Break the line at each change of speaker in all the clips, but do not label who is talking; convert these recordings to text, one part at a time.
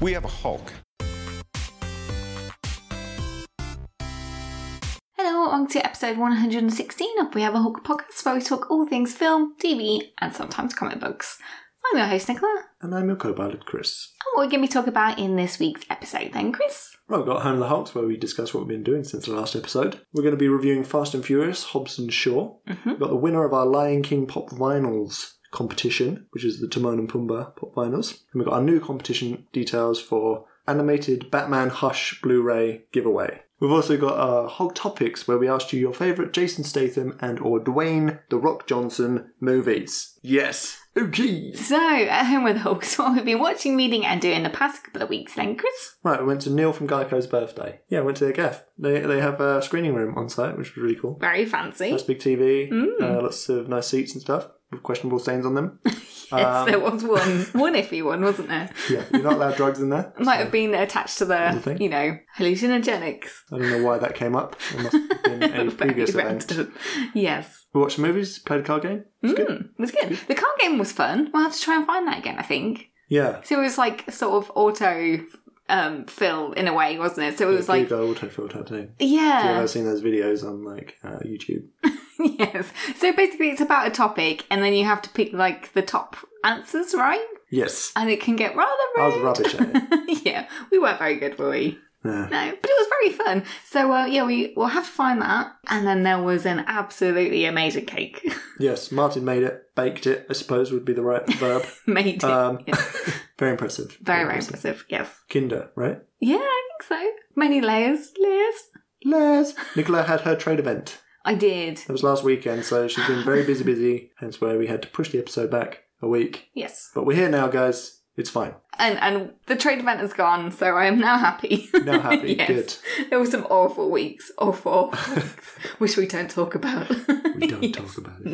We have a Hulk.
Hello, on to episode 116 of We Have a Hulk podcast, where we talk all things film, TV, and sometimes comic books. I'm your host, Nicola. And
And I'm your co pilot, Chris.
what we're going to be talking about in this week's episode, then, Chris?
Well, we've got Home of the Hulks, where we discuss what we've been doing since the last episode. We're going to be reviewing Fast and Furious, Hobbs and Shaw.
Mhm.
We've got the winner of our Lion King Pop Vinyls competition, which is the Timon and Pumbaa Pop Vinyls. And we've got our new competition details for animated Batman Hush Blu ray giveaway. We've also got our Hog Topics, where we asked you your favourite Jason Statham and or Dwayne The Rock Johnson movies. Yes. Okay.
So, at home with Hulks, what we've been watching, reading, and doing the past couple of weeks, then, Chris?
Right, we went to Neil from Geico's birthday. Yeah, went to their gaff. They, they have a screening room on site, which was really cool.
Very fancy.
Nice big TV,
Mm.
uh, lots of nice seats and stuff with questionable stains on them.
yes, there was one, one iffy one, wasn't there?
um, Yeah, you're not allowed drugs in there.
Might have been attached to
you
the,
think?
you know, hallucinogenics.
I don't know why that came up. It must have been a
Very
previous event.
random. Yes.
We watched movies, played a card game. It was good.
It was good. The card game was fun. We'll have to try and find that again, I think.
Yeah.
So it was like sort of auto um, fill in a way, wasn't it? So it was like,
Google autofill type thing. If you've
yeah.
ever seen those videos on like uh, YouTube?
yes. So basically, it's about a topic, and then you have to pick like the top answers, right?
Yes.
And it can get rather
I
rude.
was rubbish at it.
yeah, we weren't very good, were we?
Yeah.
No, but it was very fun. So uh, yeah, we will have to find that. And then there was an absolutely amazing cake
Yes, Martin made it, baked it. I suppose would be the right verb.
made.
Um,
yes.
very impressive.
Very, very impressive. Yes.
Kinder, right?
Yeah, I think so. Many layers, layers.
Les. Nicola had her trade event.
I did.
That was last weekend, so she's been very busy, busy. Hence why we had to push the episode back a week.
Yes.
But we're here now, guys. It's fine.
And and the trade event is gone, so I am now happy.
Now happy.
Yes.
Good.
There were some awful weeks. Awful. weeks, Which we don't talk about.
We don't
Yes.
talk about it.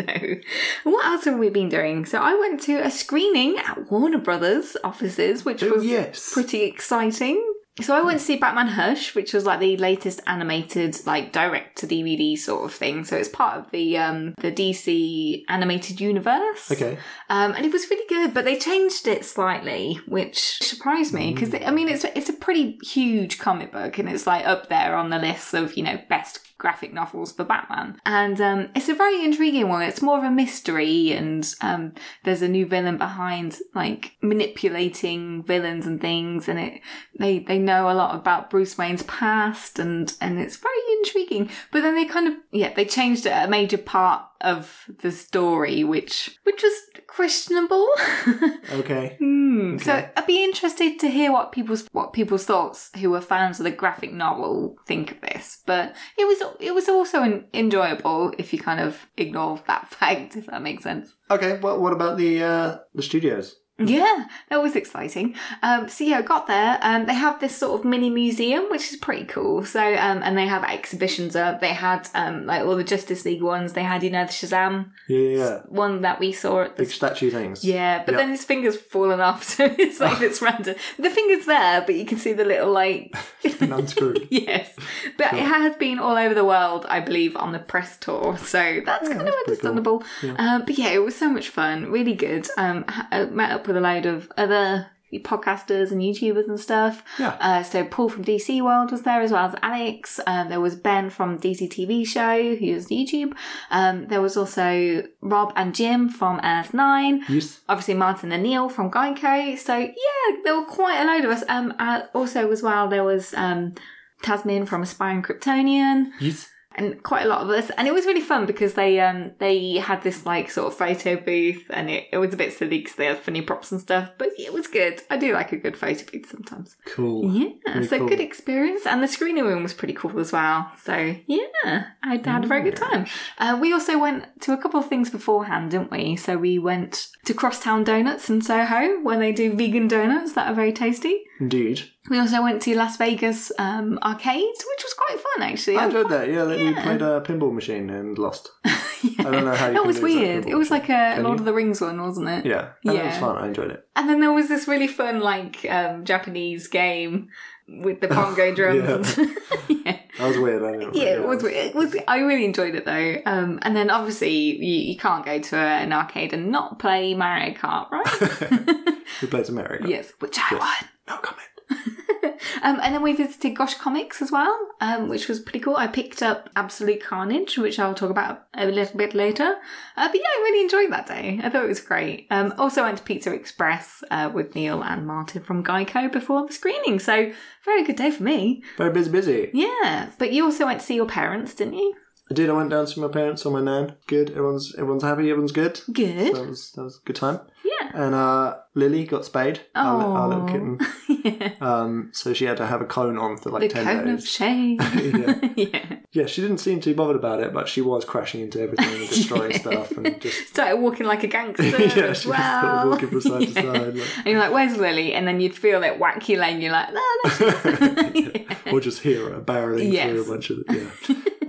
No. What else have we been doing? So I went to a screening at Warner Brothers offices, which
Oh
was
yes.
pretty exciting. So I went to see Batman Hush, which was like the latest animated, like direct to DVD sort of thing. So it's part of the um, the DC animated universe.
Okay.
um, and it was really good, but they changed it slightly, which surprised me because I mean it's it's a pretty huge comic book, and it's like up there on the list of you know best graphic novels for Batman, and um, it's a very intriguing one. It's more of a mystery, and um, there's a new villain behind, like manipulating villains and things, and it they they know a lot about Bruce Wayne's past, and and it's very intriguing. But then they kind of yeah they changed a major part of the story, which which was questionable.
Okay.
Hmm. So
Okay.
I'd be interested to hear what people's what people's thoughts who were fans of the graphic novel think of this. But it was it was also an, enjoyable if you kind of ignore that fact, if that makes sense.
Okay. Well, what about the uh, the studios?
Yeah, that was exciting. Um, so yeah, I got there. Um, they have this sort of mini museum, which is pretty cool. So um, and they have exhibitions up. They had um, like all the Justice League ones. They had you know the Shazam
Yeah, yeah, yeah.
one that we saw at the
Big statue things.
yeah, but
Yeah.
then his finger's fallen off, so it's like it's random. The finger's there, but you can see the little like
And unscrewed.
yes. But it
Sure.
has been all over the world, I believe, on the press tour, so that's
Yeah,
kind of
Oh, that's pretty cool.
understandable.
Yeah.
Um, but yeah, it was so much fun, really good. Um, I I met up with a load of other podcasters and YouTubers and stuff.
Yeah.
Uh, so Paul from DC World was there as well as Alex. Um, there was Ben from DC TV Show, who was YouTube. Um, there was also Rob and Jim from Earth Nine
Yes.
obviously Martin and Neil from Geico. So yeah, there were quite a load of us. Um, uh, also as well, there was um, Tasmin from Aspiring Kryptonian,
Yes.
and quite a lot of us. And it was really fun because they um they had this like sort of photo booth, and it, it was a bit silly because they had funny props and stuff. But it was good. I do like a good photo booth sometimes.
Cool.
Yeah,
Very
so
cool.
good experience, and the screening room was pretty cool as well. So yeah, I had a very good time. Uh, we also went to a couple of things beforehand, didn't we? So we went to Crosstown Donuts in Soho, where they do vegan donuts that are very tasty.
Indeed.
We also went to Las Vegas um, arcade, which was quite fun actually.
I
I-
enjoyed that. Yeah, like we played a pinball machine and lost.
yeah.
I don't know how you
That
can
was
lose that
weird.
pinball
It was like a
Can
Lord
you?
of the Rings one, wasn't it?
Yeah. And it was
Yeah.
fun. I enjoyed it.
And then there was this really fun, like um, Japanese game with the bongo drums. yeah.
That was weird. I didn't
Yeah, it was. It was. I really enjoyed it though. Um, and then obviously you, you can't go to a, an arcade and not play Mario Kart, right?
We played America.
yes, which I
Yes.
won.
No comment.
Um, and then we visited Gosh Comics as well, um, which was pretty cool. I picked up Absolute Carnage, which I'll talk about a little bit later. Uh, but yeah, I really enjoyed that day. I thought it was great. Um, also went to Pizza Express uh, with Neil and Martin from Geico before the screening. So very good day for me.
Very busy, busy.
Yeah. But you also went to see your parents, didn't you?
I did. I went down to see my parents or my nan. Good. Everyone's everyone's happy. Everyone's good.
Good.
So that was that was a good time.
Yeah.
And uh, Lily got spayed. Our, li- our little
Aw.
kitten.
yeah.
Um, so she had to have a cone on for like
The
ten
cone of
days.
shame.
Yeah.
yeah.
yeah, she didn't seem too bothered about it, but she was crashing into everything and destroying stuff and just
Started walking like a gangster
yeah, she was
as
sort
well.
of walking from side
Yeah.
to side, like,
And you're like, where's Lily? And then you'd feel that wacky lane. You're like, "Oh, no, that's
or just hear her barreling through
Yes.
a bunch of yeah.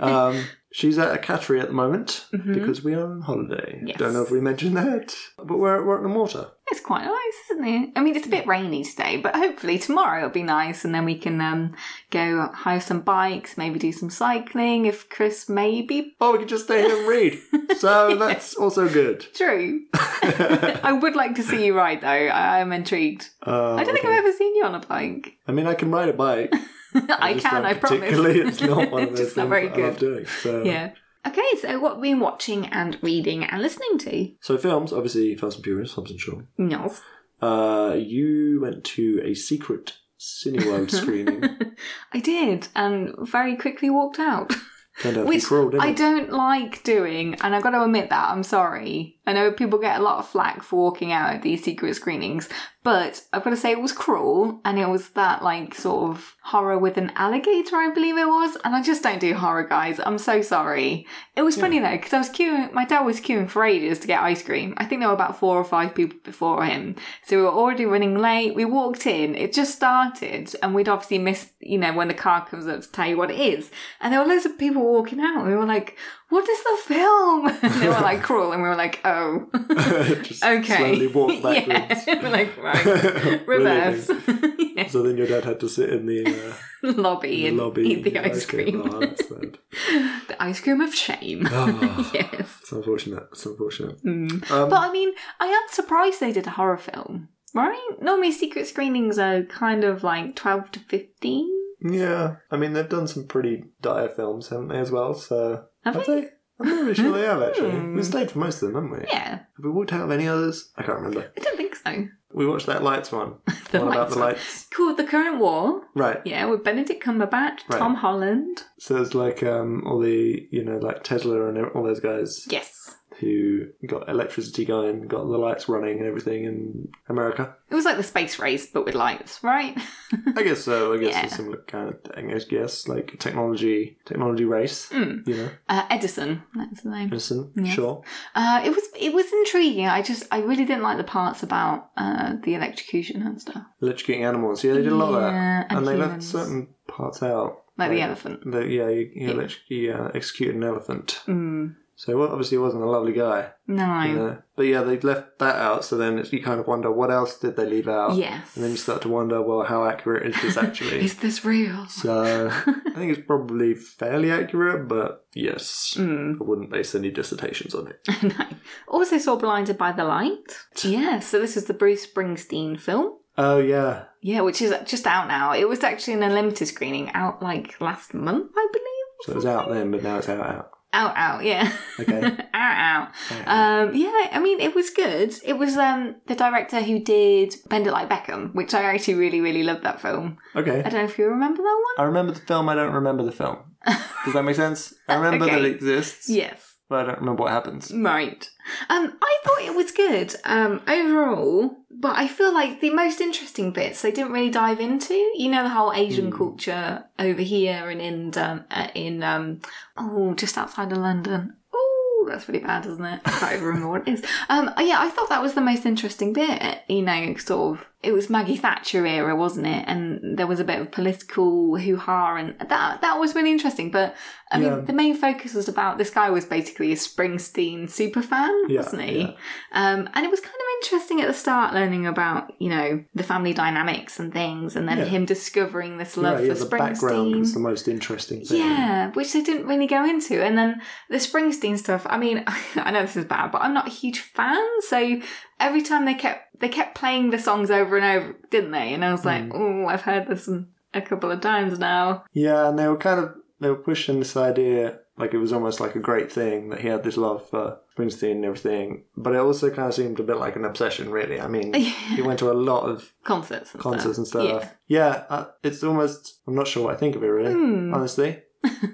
um, she's at a cattery at the moment
Mhm.
because we are on holiday.
Yes.
Don't know if we mentioned that, but we're we're at the water.
It's quite nice, isn't it? I mean, it's a bit rainy today, but hopefully tomorrow it'll be nice, and then we can um, go hire some bikes, maybe do some cycling if Chris maybe.
Oh, we could just stay here and read. So that's also good.
True. I would like to see you ride though. I am intrigued.
Oh,
I don't think I've ever seen you on a bike.
Uh, I mean, I can ride a bike.
I,
just
can,
don't
I promise.
particularly. It's not one of those
Just
things
not very
that I love
good.
doing. So,
Yeah. Okay, so what have we been watching and reading and listening to?
so films, obviously, Fast and Furious, Hobbs and Shaw.
No.
Uh, you went to a secret Cineworld screening.
I did, and very quickly walked out.
Turned out to be
Which
cruel, didn't
I
it?
don't like doing, and I've got to admit that. I'm sorry. I know people get a lot of flack for walking out of these secret screenings, but I've got to say it was cruel, and it was that like sort of horror with an alligator, I believe it was. And I just don't do horror, guys. I'm so sorry. It was funny though because I was queuing. My dad was queuing for ages to get ice cream. I think there were about four or five people before him, so we were already running late. We walked in. It just started, and we'd obviously missed. You know when the car comes up to tell you what it is. And there were loads of people walking out. and We were like, what is the film? And they were like, cruel. And we were like, oh,
Just
okay.
slowly walked backwards.
Yeah. we're like, right,
We're
reverse. Yeah.
So then your dad had to sit in the, uh,
Lobby
the
and
lobby.
eat the
Yeah,
ice
okay.
cream.
Oh, that's bad.
the ice cream of shame.
Oh,
yes.
It's unfortunate. It's unfortunate.
Mm.
Um,
But I mean, I am surprised they did a horror film, right? Normally, secret screenings are kind of like 12 to 15.
yeah, I mean they've done some pretty dire films, haven't they? As well, so
Have
have
they?
they? I'm not really sure they have actually.
Hmm.
We stayed for most of them, haven't we?
Yeah,
Have we walked out of any others? I can't remember.
I don't think so.
We watched that lights one.
The
one about
lights
the
one.
lights.
Called The Current War.
Right.
Yeah, with Benedict Cumberbatch,
Right.
Tom Holland.
So it's like um, all the you know like Tesla and all those guys
Yes.
who got electricity going, got the lights running and everything in America.
It was like the space race, but with lights, right?
I guess so. I guess it's
Yeah.
a similar kind of thing. I guess like technology, technology race.
Mm.
You know,
Uh, Edison, that's the name.
Edison,
Yes.
sure.
Uh, it was it was intriguing. I just I really didn't like the parts about uh, the electrocution and stuff,
Electrocuting animals. Yeah, they did a lot of that,
Yeah,
and,
and
they left
humans.
certain parts out.
like the elephant.
The, yeah, you, you,
Yeah.
Electro- you uh, execute an elephant.
Mm,
So well, obviously, he wasn't a lovely guy.
no.
You know? But yeah, they left that out. So then it's, you kind of wonder what else did they leave out?
Yes.
Oh, And then you start to wonder, well, how accurate is this actually?
Is this real?
so I think it's probably fairly accurate, but yes,
Mm,
I wouldn't base any dissertations on it.
no. Also saw Blinded by the Light. Yeah. So this was the Bruce Springsteen film.
Oh yeah,
Yeah, which is just out now. It was actually an unlimited screening out like last month, I believe.
So it was out then, but now it's out out.
Out, out, yeah.
Okay.
out, out.
Out, out.
Um, yeah, I mean, it was good. It was um, the director who did Bend It Like Beckham, which I actually really, really loved that film. I
okay.
don't know if you remember that one.
I remember the film. I don't remember the film. Does that make sense? I remember
Okay.
that it exists,
Yes,
but I don't remember what happens.
right. Um, I thought it was good um, overall, but I feel like the most interesting bits they didn't really dive into. You know, the whole Asian
Hmm.
culture over here and in um, uh, in um, oh, just outside of London. Oh, that's really bad, isn't it? I can't even remember what it is. Um, yeah, I thought that was the most interesting bit. You know, sort of, it was Maggie Thatcher era, wasn't it? And there was a bit of political hoo ha, and that that was really interesting. But I
Yeah.
mean, the main focus was about this guy was basically a Springsteen super fan,
Yeah,
wasn't he?
yeah.
Um, and it was kind of interesting at the start, learning about you know the family dynamics and things, and then
Yeah.
him discovering this love
yeah, yeah,
for
the background
Springsteen.
is the most interesting thing.
Yeah, which they didn't really go into. And then the Springsteen stuff, I mean, I know this is bad, but I'm not a huge fan, so every time they kept they kept playing the songs over and over, didn't they? And I was like,
Mm.
oh, I've heard this in a couple of times now.
Yeah, and they were kind of they were pushing this idea like it was almost like a great thing that he had this love for Springsteen and everything. But it also kind of seemed a bit like an obsession, really. I mean, he went to a lot of
Concerts. And
concerts and
stuff.
stuff. Yeah, uh, it's almost I'm not sure what I think of it really.
Hmm.
Honestly, I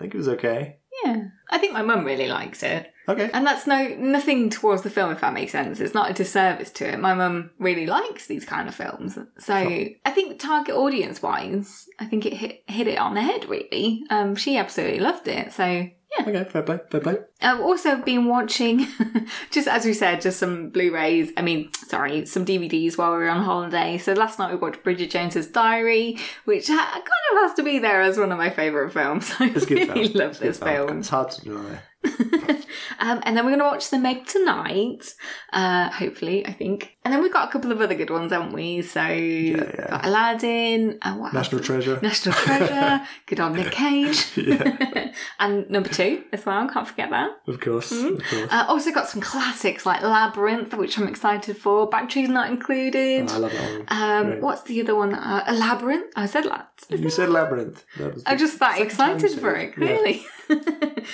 think it was okay.
Yeah. yeah. I think my mum really liked it.
Okay.
And that's no nothing towards the film, if that makes sense. It's not a disservice to it. My mum really likes these kind of films, so I think target audience wise, I think it hit, hit it on the head. Really, um, she absolutely loved it. So
Okay, fair play, fair play.
I've also been watching, just as we said, just some Blu-rays. I mean, sorry, some DVDs while we were on holiday. So last night we watched Bridget Jones's Diary, which ha- kind of has to be there as one of my favourite films. I
It's good.
really
though.
love
It's good,
this
though.
film.
It's hard to deny.
um, and then we're going to watch The Meg tonight, uh, hopefully, I think. And then we've got a couple of other good ones, haven't we? So,
yeah.
got Aladdin, uh, what
National
else?
treasure.
National Treasure, good old Nick Cage.
Yeah.
and number two as well, can't forget that.
Of course, of course.
Uh, also got some classics like Labyrinth, which I'm excited for. Batteries not included.
Oh, I love that one.
um,
Great.
what's the other one? Uh, a labyrinth. I said that.
You said labyrinth. That was the-
I'm just that
Second time
excited
you
for
said
it.
it, yeah.
Clearly.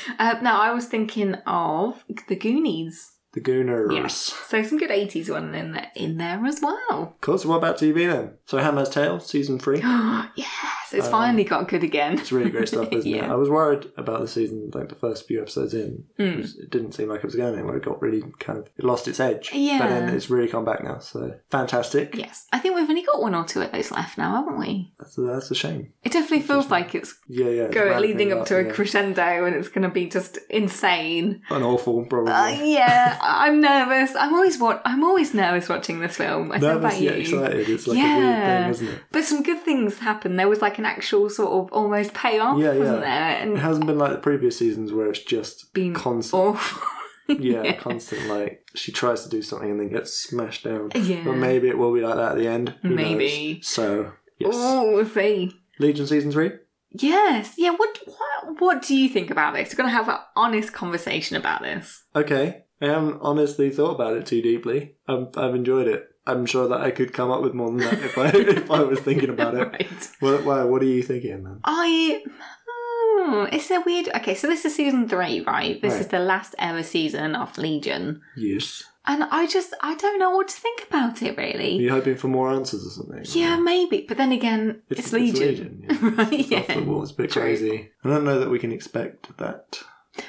uh, no, I was thinking of the Goonies.
the Gooners.
Yes. So some good 80s one in there, in there as well.
Cool. So what about TV then? So Handmaid's Tale season three.
yes, it's finally got good again.
Um, It's really great stuff, isn't it?
Yeah. Hmm.
I was worried about the season, like the first few episodes in. It was- It didn't seem like it was going anywhere. It got really kind of it lost its edge. But then
Yeah.
it's really come back now. So fantastic.
Yes, I think we've only got one or two of those left now, haven't we?
That's, that's a shame.
It definitely feels like it's
Yeah, yeah. it's
go
ramping
leading up to a
yeah.
crescendo and it's going to be just insane.
an awful probably.
Uh, yeah, I- I'm nervous. I'm always what I'm always nervous watching this film. I don't know
Nervous
about you.
yet excited. It's like a weird
Yeah.
thing, isn't it?
But some good things happened. There was like an actual sort of almost payoff,
Yeah, yeah.
wasn't there?
It
And
hasn't been like the previous seasons where it's just
being
constant.
awful.
yeah, constant like she tries to do something and then gets smashed down.
Yeah.
But maybe it will be like that at the end. Who
Maybe.
knows? So yes.
Oh, we'll see.
Legion season three?
Yes, yeah. What what what do you think about this? We're going to have an honest conversation about this.
Okay. I haven't honestly thought about it too deeply. I'm, I've enjoyed it. I'm sure that I could come up with more than that if I if I was thinking about it.
Right.
What, why, what are you thinking, man?
I. Hmm, it's a weird. Okay, so this is season three, right? This is
Right.
the last ever season of Legion.
Yes.
And I just. I don't know what to think about it,
Are
really.
you hoping for more answers or something?
Yeah, maybe. But then again, it's, Legion.
yeah.
Right,
It's off
yeah.
the wall. It's a bit
True.
crazy. I don't know that we can expect that.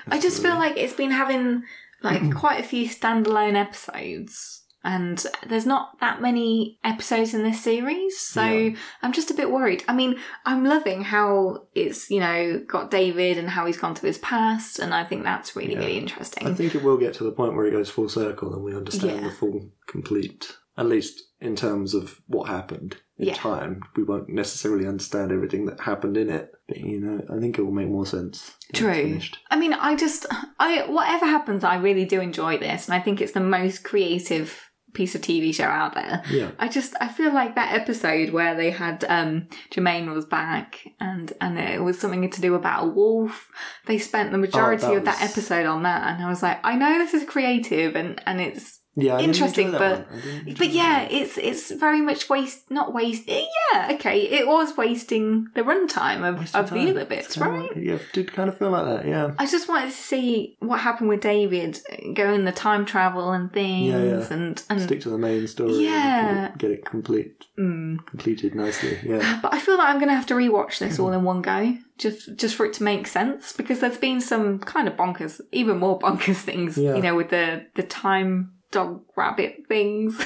I just feel like it's been having like
Mm-hmm.
quite a few standalone episodes. And there's not that many episodes in this series, so
Yeah.
I'm just a bit worried. I mean, I'm loving how it's, you know, got David and how he's gone through his past, and I think that's really,
Yeah.
really interesting.
I think it will get to the point where it goes full circle and we understand
Yeah.
the full complete, at least in terms of what happened in
Yeah.
time. We won't necessarily understand everything that happened in it, but you know, I think it will make more sense. when it's
True.
finished.
I mean, I just, I whatever happens, I really do enjoy this, and I think it's the most creative piece of TV show out there.
Yeah.
I just, I feel like that episode where they had um, Jermaine was back, and and it was something to do about a wolf. They spent the majority
that
of that
was-
episode on that, and I was like, I know this is creative, and and it's.
Yeah. I didn't
Interesting,
enjoy that one. I didn't enjoy
But yeah,
that
it's it's very much waste, not waste. eh, Yeah, okay, it was wasting the runtime
one.
of,
Wasted
of the
time.
other bits,
It's kinda
right?
like- yeah, it did kind of feel like that. Yeah.
I just wanted to see what happened with David going the time travel and things
Yeah, yeah.
and and
Stick to the main story. and
Mm. Yeah.
get it- Get it complete,
mm.
completed nicely. Yeah.
but I feel like I'm going to have to rewatch this
Mm-hmm.
all in one go just just for it to make sense because there's been some kind of bonkers even more bonkers things
Yeah.
you know with the the time dog rabbit things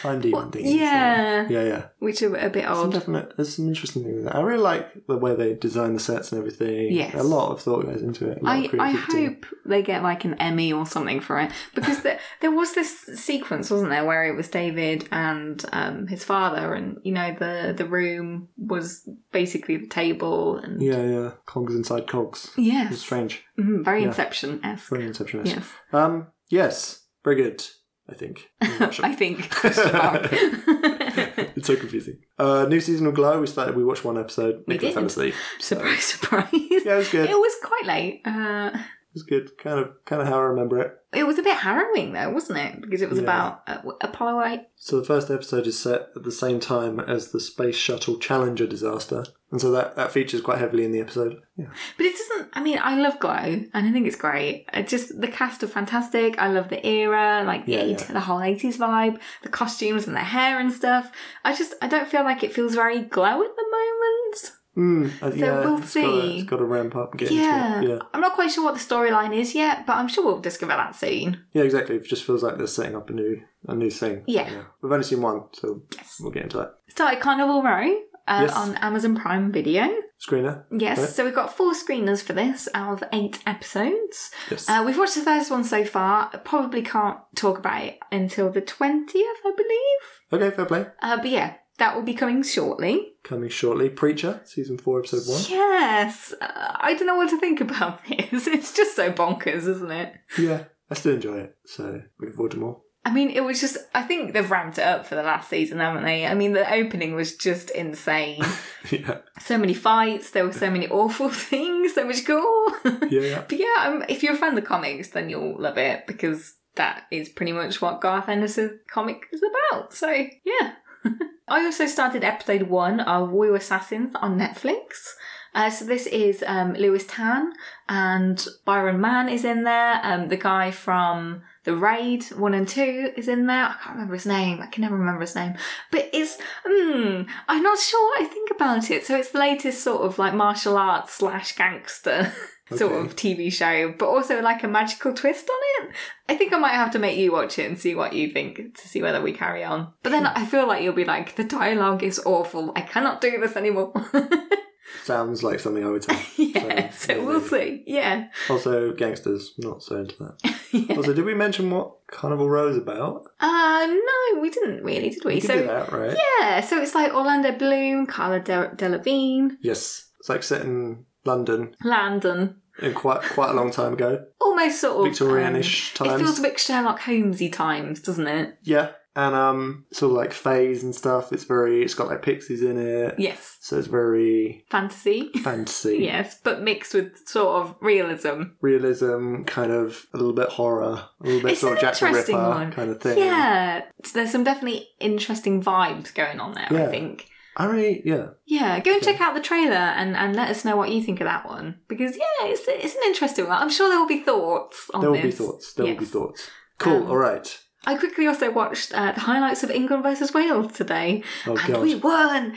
Time demon
Well,
things.
yeah.
Yeah. Yeah.
which are a bit
Some
odd.
definite, there's some interesting things. I really like the way they design the sets and everything.
Yes.
A lot of thought goes into it. a
I,
lot of
I
creativity.
hope they get like an Emmy or something for it because there there was this sequence, wasn't there, where it was David and um, his father, and you know the the room was basically the table, and
Yeah, yeah. Cogs inside cogs. It's
yes,
strange.
Mhm, very
Yeah.
Inception esque.
Very Inception.
Yes,
Um, yes. Very good, I think. I'm not sure.
I think. Question mark.
it's so confusing. Uh, new season of Glow. We started. We watched one episode.
We
Nicola
did.
fell asleep.
surprise, surprise.
Yeah, it was good.
It was quite late. Uh,
It was good. Kind of, kind of how I remember it.
It was a bit harrowing though, wasn't it? Because it was
Yeah.
about uh, Apollo 8.
So the first episode is set at the same time as the Space Shuttle Challenger disaster. And so that, that features quite heavily in the episode. Yeah.
But it doesn't, I mean, I love Glow and I think it's great. I just the cast are fantastic. I love the era, like the,
Yeah,
80, the whole 80s vibe, the costumes and the hair and stuff. I just, I don't feel like it feels very Glow at the moment.
Mm, uh, yeah,
we'll
it's Gotta,
see.
it's got to ramp up and get
Yeah.
into it. Yeah.
I'm not quite sure what the storyline is yet, but I'm sure we'll discover that soon.
Yeah, exactly. It just feels like they're setting up a new a new thing.
Yeah.
We've only seen one, so
Yes.
we'll get into that.
Started Carnival Row uh,
Yes.
on Amazon Prime Video.
Screener?
Yes,
Okay.
so we've got four screeners for this out of eight episodes.
Yes.
Uh, we've watched the first one so far. Probably can't talk about it until the 20th, I believe.
okay, fair play.
Uh, but yeah, that will be coming shortly.
Coming shortly. Preacher, season four, episode one.
Yes, uh, I don't know what to think about this. It's just so bonkers, isn't it?
Yeah. I still enjoy it, so looking forward to more.
I mean, it was just, I think they've ramped it up for the last season, haven't they? I mean, the opening was just insane.
yeah.
so many fights, there were so many awful things, so much gore.
Yeah, yeah.
But yeah, um, if you're a fan of the comics, then you'll love it because that is pretty much what Garth Ennis's comic is about. So yeah. I also started episode one of We Were Assassins on Netflix. Uh, so this is um, Lewis Tan and Byron Mann is in there. Um, the guy from The Raid one and two is in there. I can't remember his name. I can never remember his name. But it's Hmm, I'm not sure what I think about it. So it's the latest sort of like martial arts slash gangster sort
Okay.
of TV show, but also like a magical twist on it. I think I might have to make you watch it and see what you think to see whether we carry on. But then I feel like you'll be like, the dialogue is awful. I cannot do this anymore.
Sounds like something I would say.
yeah,
So,
so, we'll see. Yeah.
Also, gangsters, not so into that.
yeah.
Also, did we mention what Carnival Row is about?
Uh, no, we didn't really, did we?
We
so
can do that, right?
yeah, so it's like Orlando Bloom, Carla De- Delevingne,
Yes. It's like set in London
Landon.
in quite quite a long time ago,
Almost sort of um,
Victorianish
It
times.
feels a bit Sherlock Holmesy times, doesn't it?
yeah, and um, sort of like phase and stuff. It's very. It's got like pixies in it,
Yes,
so it's very
fantasy.
fantasy,
yes, but mixed with sort of realism.
realism, kind of a little bit horror, a little bit
It's
sort of
an
Jack the
interesting
Ripper
one.
kind of thing.
Yeah, so there's some definitely interesting vibes going on there. I
Yeah.
think.
I really, yeah,
Yeah, go and
Okay.
check out the trailer and, and let us know what you think of that one because yeah, it's it's an interesting one. I'm sure there will be thoughts on
there will
this.
be thoughts. There will be
Yes.
thoughts. Cool.
Um,
all right.
I quickly also watched uh, the highlights of England versus Wales today,
Oh
and
god.
we won.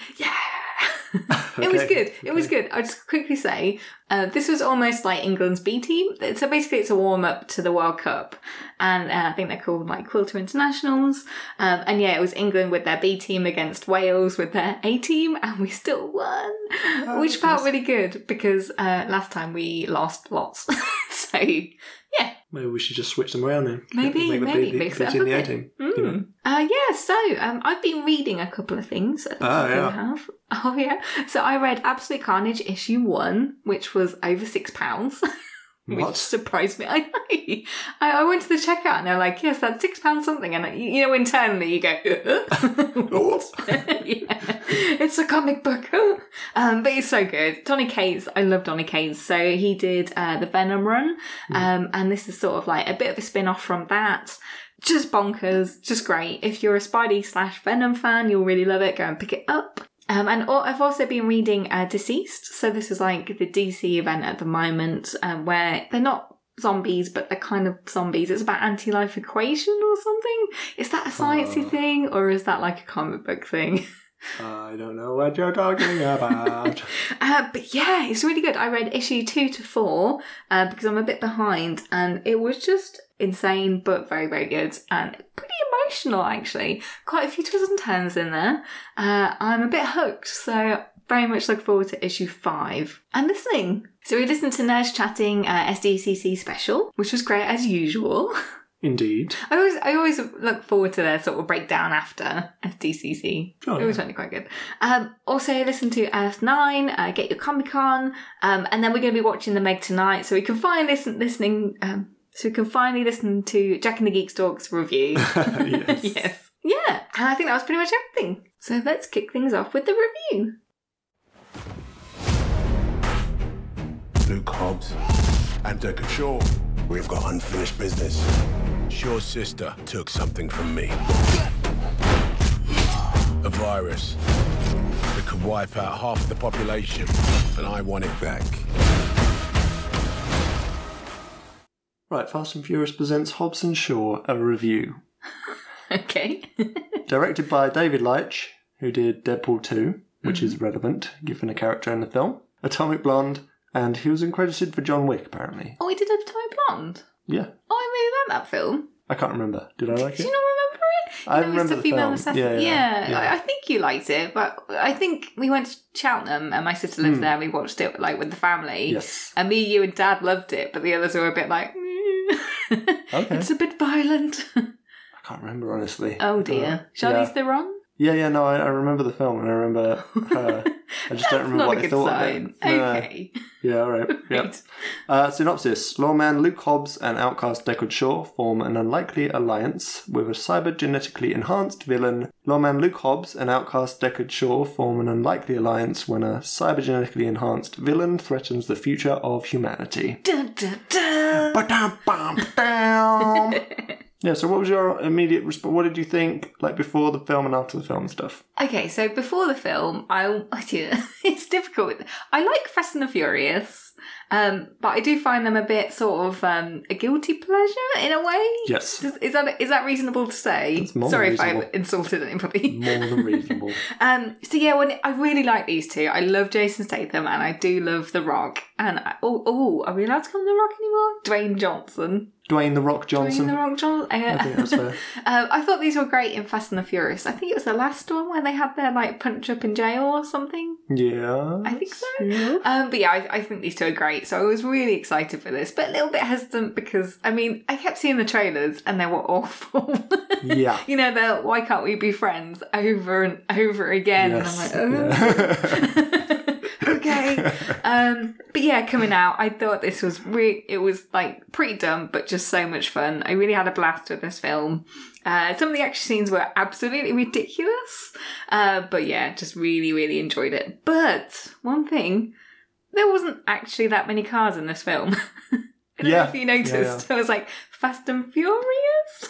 Yeah. It was
Okay.
good. It was
Okay.
good. I'll just quickly say uh, this was almost like England's B team. So basically, it's a warm up to the World Cup. And uh, I think they're called like Quilter Internationals. Um, and yeah, it was England with their B team against Wales with their A team. And we still won, which
that's
felt
nice.
really good because uh, last time we lost lots. so,
Maybe we should just switch them around then.
Maybe,
Make the
maybe,
B-
mix
B
it up
team
a
the A
bit.
team.
mm. uh, yeah, so um, I've been reading a couple of things. that
Oh,
you
yeah.
Have. Oh, yeah. So I read Absolute Carnage issue one, which was over £6. pounds. Which
What?
surprised me. I know. I, I went to the checkout and they're like, yes, that's six pounds something. And I, you know, internally you go, "Uh,
What?
yeah. It's a comic book. um, but it's so good. Donny Cates, I love Donny Cates. So he did uh, the Venom run.
Hmm.
Um, and this is sort of like a bit of a spin off from that. Just bonkers, just great. If you're a Spidey slash Venom fan, you'll really love it. Go and pick it up. Um, and al- I've also been reading uh, Deceased. So this is like the DC event at the moment, um, where they're not zombies, but they're kind of zombies. It's about anti-life equation or something. Is that a sciencey
Uh.
thing, or is that like a comic book thing?
I don't know what you're talking about.
Uh, but yeah, it's really good. I read issue two to four uh, because I'm a bit behind, and it was just insane, but very very good and pretty emotional actually. Quite a few twists and turns in there. Uh, I'm a bit hooked, so very much look forward to issue five and listening. So we listened to Nerds Chatting uh, SDCC special, which was great as usual.
Indeed.
I always I always look forward to their sort of breakdown after SDCC.
Oh,
it was really quite good. Um, also, listen to Earth Nine, uh, get your Comic Con, um, and then we're going to be watching the Meg tonight, so we can finally listen listening. Um, so we can finally listen to Jack and the Geek Stalks review.
Yes.
yes. Yeah, and I think that was pretty much everything. So let's kick things off with the review.
Luke Hobbs, and Decker Shaw. We've got unfinished business. Your sister took something from me. A virus that could wipe out half the population, and I want it back.
Right, Fast and Furious presents Hobbs and Shaw, a review.
Okay.
Directed by David Leitch, who did Deadpool 2, which is
Mm-hmm.
relevant given a character in the film, Atomic Blonde, and he was uncredited for John Wick, apparently.
oh, he did a Time Blonde.
Yeah,
Oh, I really like that film.
I can't remember. Did I like
Do
it?
you not remember it?
I
You know, it's
remember the
the female
film.
assassin.
Yeah,
Yeah,
yeah, yeah.
I, I think you liked it, but I think we went to Cheltenham and my sister lives there. We watched it like with the family.
Hmm. Yes.
And me, you, and Dad loved it, but the others were a bit like, "Mm."
Okay.
it's a bit violent.
I can't remember, honestly.
oh dear,
Uh,
Charlize
yeah.
Theron.
yeah, yeah, no, I, I remember the film and I remember her. I just don't
That's
remember
not
what
a
I
good
thought
sign.
of it. No.
Okay,
Yeah, all right. Yep.
Right.
Uh, synopsis Lawman Luke Hobbs and outcast Deckard Shaw form an unlikely alliance with a cyber genetically enhanced villain. Lawman Luke Hobbs and outcast Deckard Shaw form an unlikely alliance when a cyber genetically enhanced villain threatens the future of humanity.
Dun, dun, dun.
Ba-dum-bum-dum. yeah, so what was your immediate response? What did you think, like, before the film and after the film stuff?
Okay, so before the film, I it's difficult. I like Fast and the Furious, um, but I do find them a bit sort of um, a guilty pleasure in a way.
Yes.
Does, is that is that reasonable to say?
That's more
Sorry if
reasonable.
I insulted anybody.
More than reasonable.
Um, so yeah, when I really like these two, I love Jason Statham and I do love The Rock. And I, oh, oh, are we allowed to call him The Rock anymore? Dwayne Johnson.
Dwayne The Rock Johnson.
Dwayne The Rock Johnson.
I think that's fair.
Um, I thought these were great in Fast and the Furious. I think it was the last one where they had their like punch up in jail or something.
Yeah.
I think so. Um, but yeah, I, I think these two are great. So I was really excited for this, but a little bit hesitant because I mean I kept seeing the trailers and they were awful.
Yeah.
you know the why can't we be friends over and over again?
Yes.
And I'm like, oh.
Yeah.
okay. Um, but yeah, coming out, I thought this was re- it was like pretty dumb, but just so much fun. I really had a blast with this film. Uh, some of the action scenes were absolutely ridiculous, uh, but yeah, just really, really enjoyed it. But one thing, there wasn't actually that many cars in this film. I don't
Yeah.
know if you
Yeah,
noticed. I was like, Fast and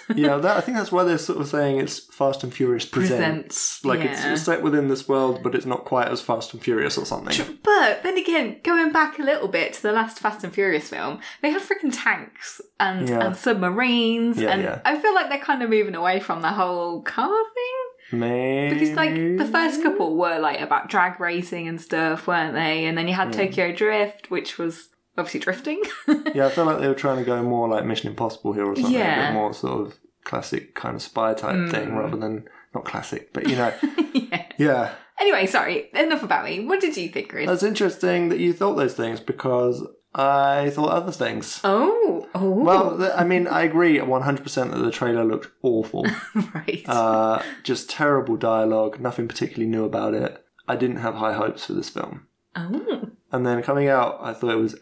Furious?
yeah, that, I think that's why they're sort of saying it's Fast and Furious presents.
Presents,
Like it's,
yeah.
it's set within this world, but it's not quite as Fast and Furious or something.
But then again, going back a little bit to the last Fast and Furious film, they had freaking tanks and,
Yeah.
and submarines,
Yeah,
and
yeah.
I feel like they're kind of moving away from the whole car thing
Maybe
because, like, the first
Mm.
couple were like about drag racing and stuff, weren't they? And then you had Tokyo Drift, which was obviously drifting.
Yeah, I feel like they were trying to go more like Mission Impossible here or something. A
Yeah. Hmm.
bit more sort of classic kind of spy type thing rather than not classic, but you know.
yeah.
yeah.
Anyway, sorry, enough about me. What did you think, Chris?
That's interesting that you thought those things because I thought other things.
oh, oh,
Well, th- I mean, I agree 100% that the trailer looked awful.
right.
Uh, just terrible dialogue, nothing particularly new about it. I didn't have high hopes for this film.
oh.
And then coming out, I thought it was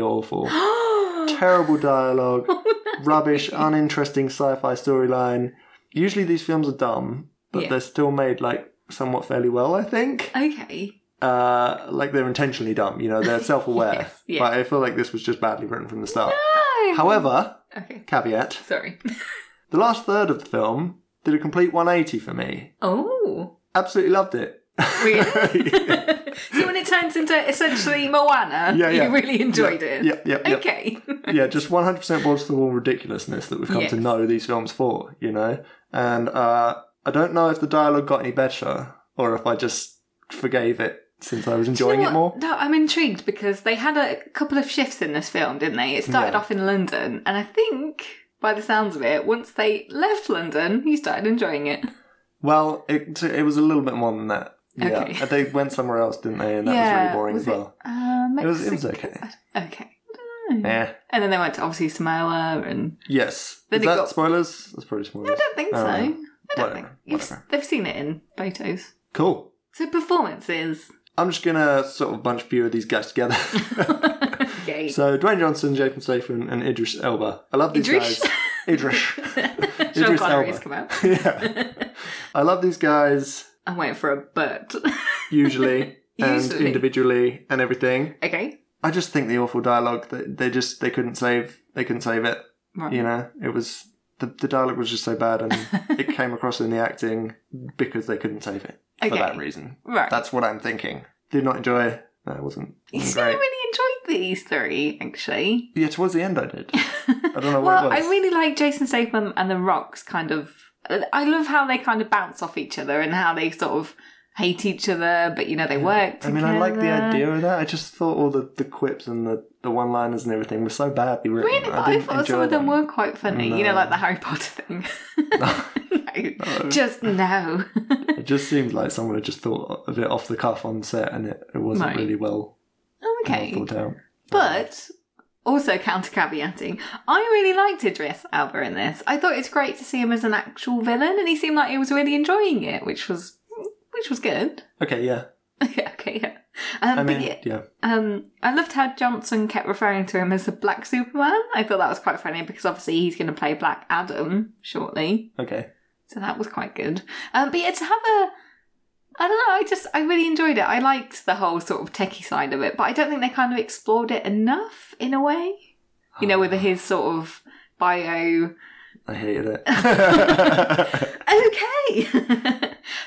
awful.
Oh.
terrible dialogue, rubbish, uninteresting sci fi storyline. Usually these films are dumb, but
Yeah.
they're still made like somewhat fairly well, I think.
okay.
Uh, like they're intentionally dumb, you know, they're self aware.
Yes, yeah.
But I feel like this was just badly written from the start.
Oh,
However,
okay.
caveat,
Sorry.
the last third of the film did a complete 180 for me.
Oh.
Absolutely loved it.
Really? so when it turns into essentially Moana,
Yeah, yeah.
you really enjoyed
Yeah,
it.
yeah, yeah, yeah.
Okay.
yeah, just 100% balls to the wall ridiculousness that we've come to
Yes.
know these films for, you know? And uh, I don't know if the dialogue got any better or if I just forgave it since I was enjoying
You know
it
what?
more.
No, I'm intrigued because they had a couple of shifts in this film, didn't they? It started
Yeah.
off in London, and I think, by the sounds of it, once they left London, you started enjoying it.
Well, it, it was a little bit more than that. Yeah. Uh,
Okay.
They went somewhere else, didn't they? And that was really boring as well.
It, uh,
It, was, it was
Mexico-
okay.
okay. I don't know.
Yeah.
And then they went to obviously Samoa, and
Yes.
Then
Is
it
that
got-
spoilers? That's probably spoilers. Um,
I don't think so. I don't
Oh, whatever,
think You've,
whatever.
they've seen it in photos.
Cool.
So performances.
I'm just going to sort of bunch a few of these guys together.
Okay.
So Dwayne Johnson, Jason Statham, and Idris Elba. I love these
Idris?
guys. Idris.
Sean
Idris
Connery's
Elba.
come out.
yeah. I love these guys
I'm waiting for a but.
usually and
Usually.
individually and everything.
okay.
I just think the awful dialogue that they just they couldn't save. They couldn't save it.
Right.
You know, it was the, the dialogue was just so bad, and it came across in the acting because they couldn't save it for
Okay.
that reason.
Right.
That's what I'm thinking. Did not enjoy. No, it wasn't.
You
wasn't
see, I
great.
really enjoyed these three, actually.
Yeah, towards the end I did. I don't know what
well,
it
I
was.
really like Jason Statham and The Rock's kind of. I love how they kind of bounce off each other and how they sort of hate each other, but you know they work.
I mean, I like the
together.
idea of that. I just thought all the, the quips and the, the one liners and everything were so badly written.
Really, but
I
I,
didn't
thought
enjoy
some of them
them
were quite funny. You know,
No.
like the Harry Potter thing. no,
No.
just no.
It just seemed like someone had just thought of it off the cuff on set, and it, it wasn't
Right.
really well
okay,
thought out.
But also counter caveating, I really liked Idris Alba in this. I thought it's great to see him as an actual villain, and he seemed like he was really enjoying it, which was which was good.
Okay, yeah.
Yeah, okay, yeah. Um,
I
but
mean,
yeah,
yeah.
um, I loved how Johnson kept referring to him as the Black Superman. I thought that was quite funny because obviously he's going to play Black Adam shortly,
Okay.
so that was quite good. Um, but yeah, to have a I don't know. I just I really enjoyed it. I liked the whole sort of techie side of it, but I don't think they kind of explored it enough in a way you know, with his sort of bio.
I hated it.
Okay,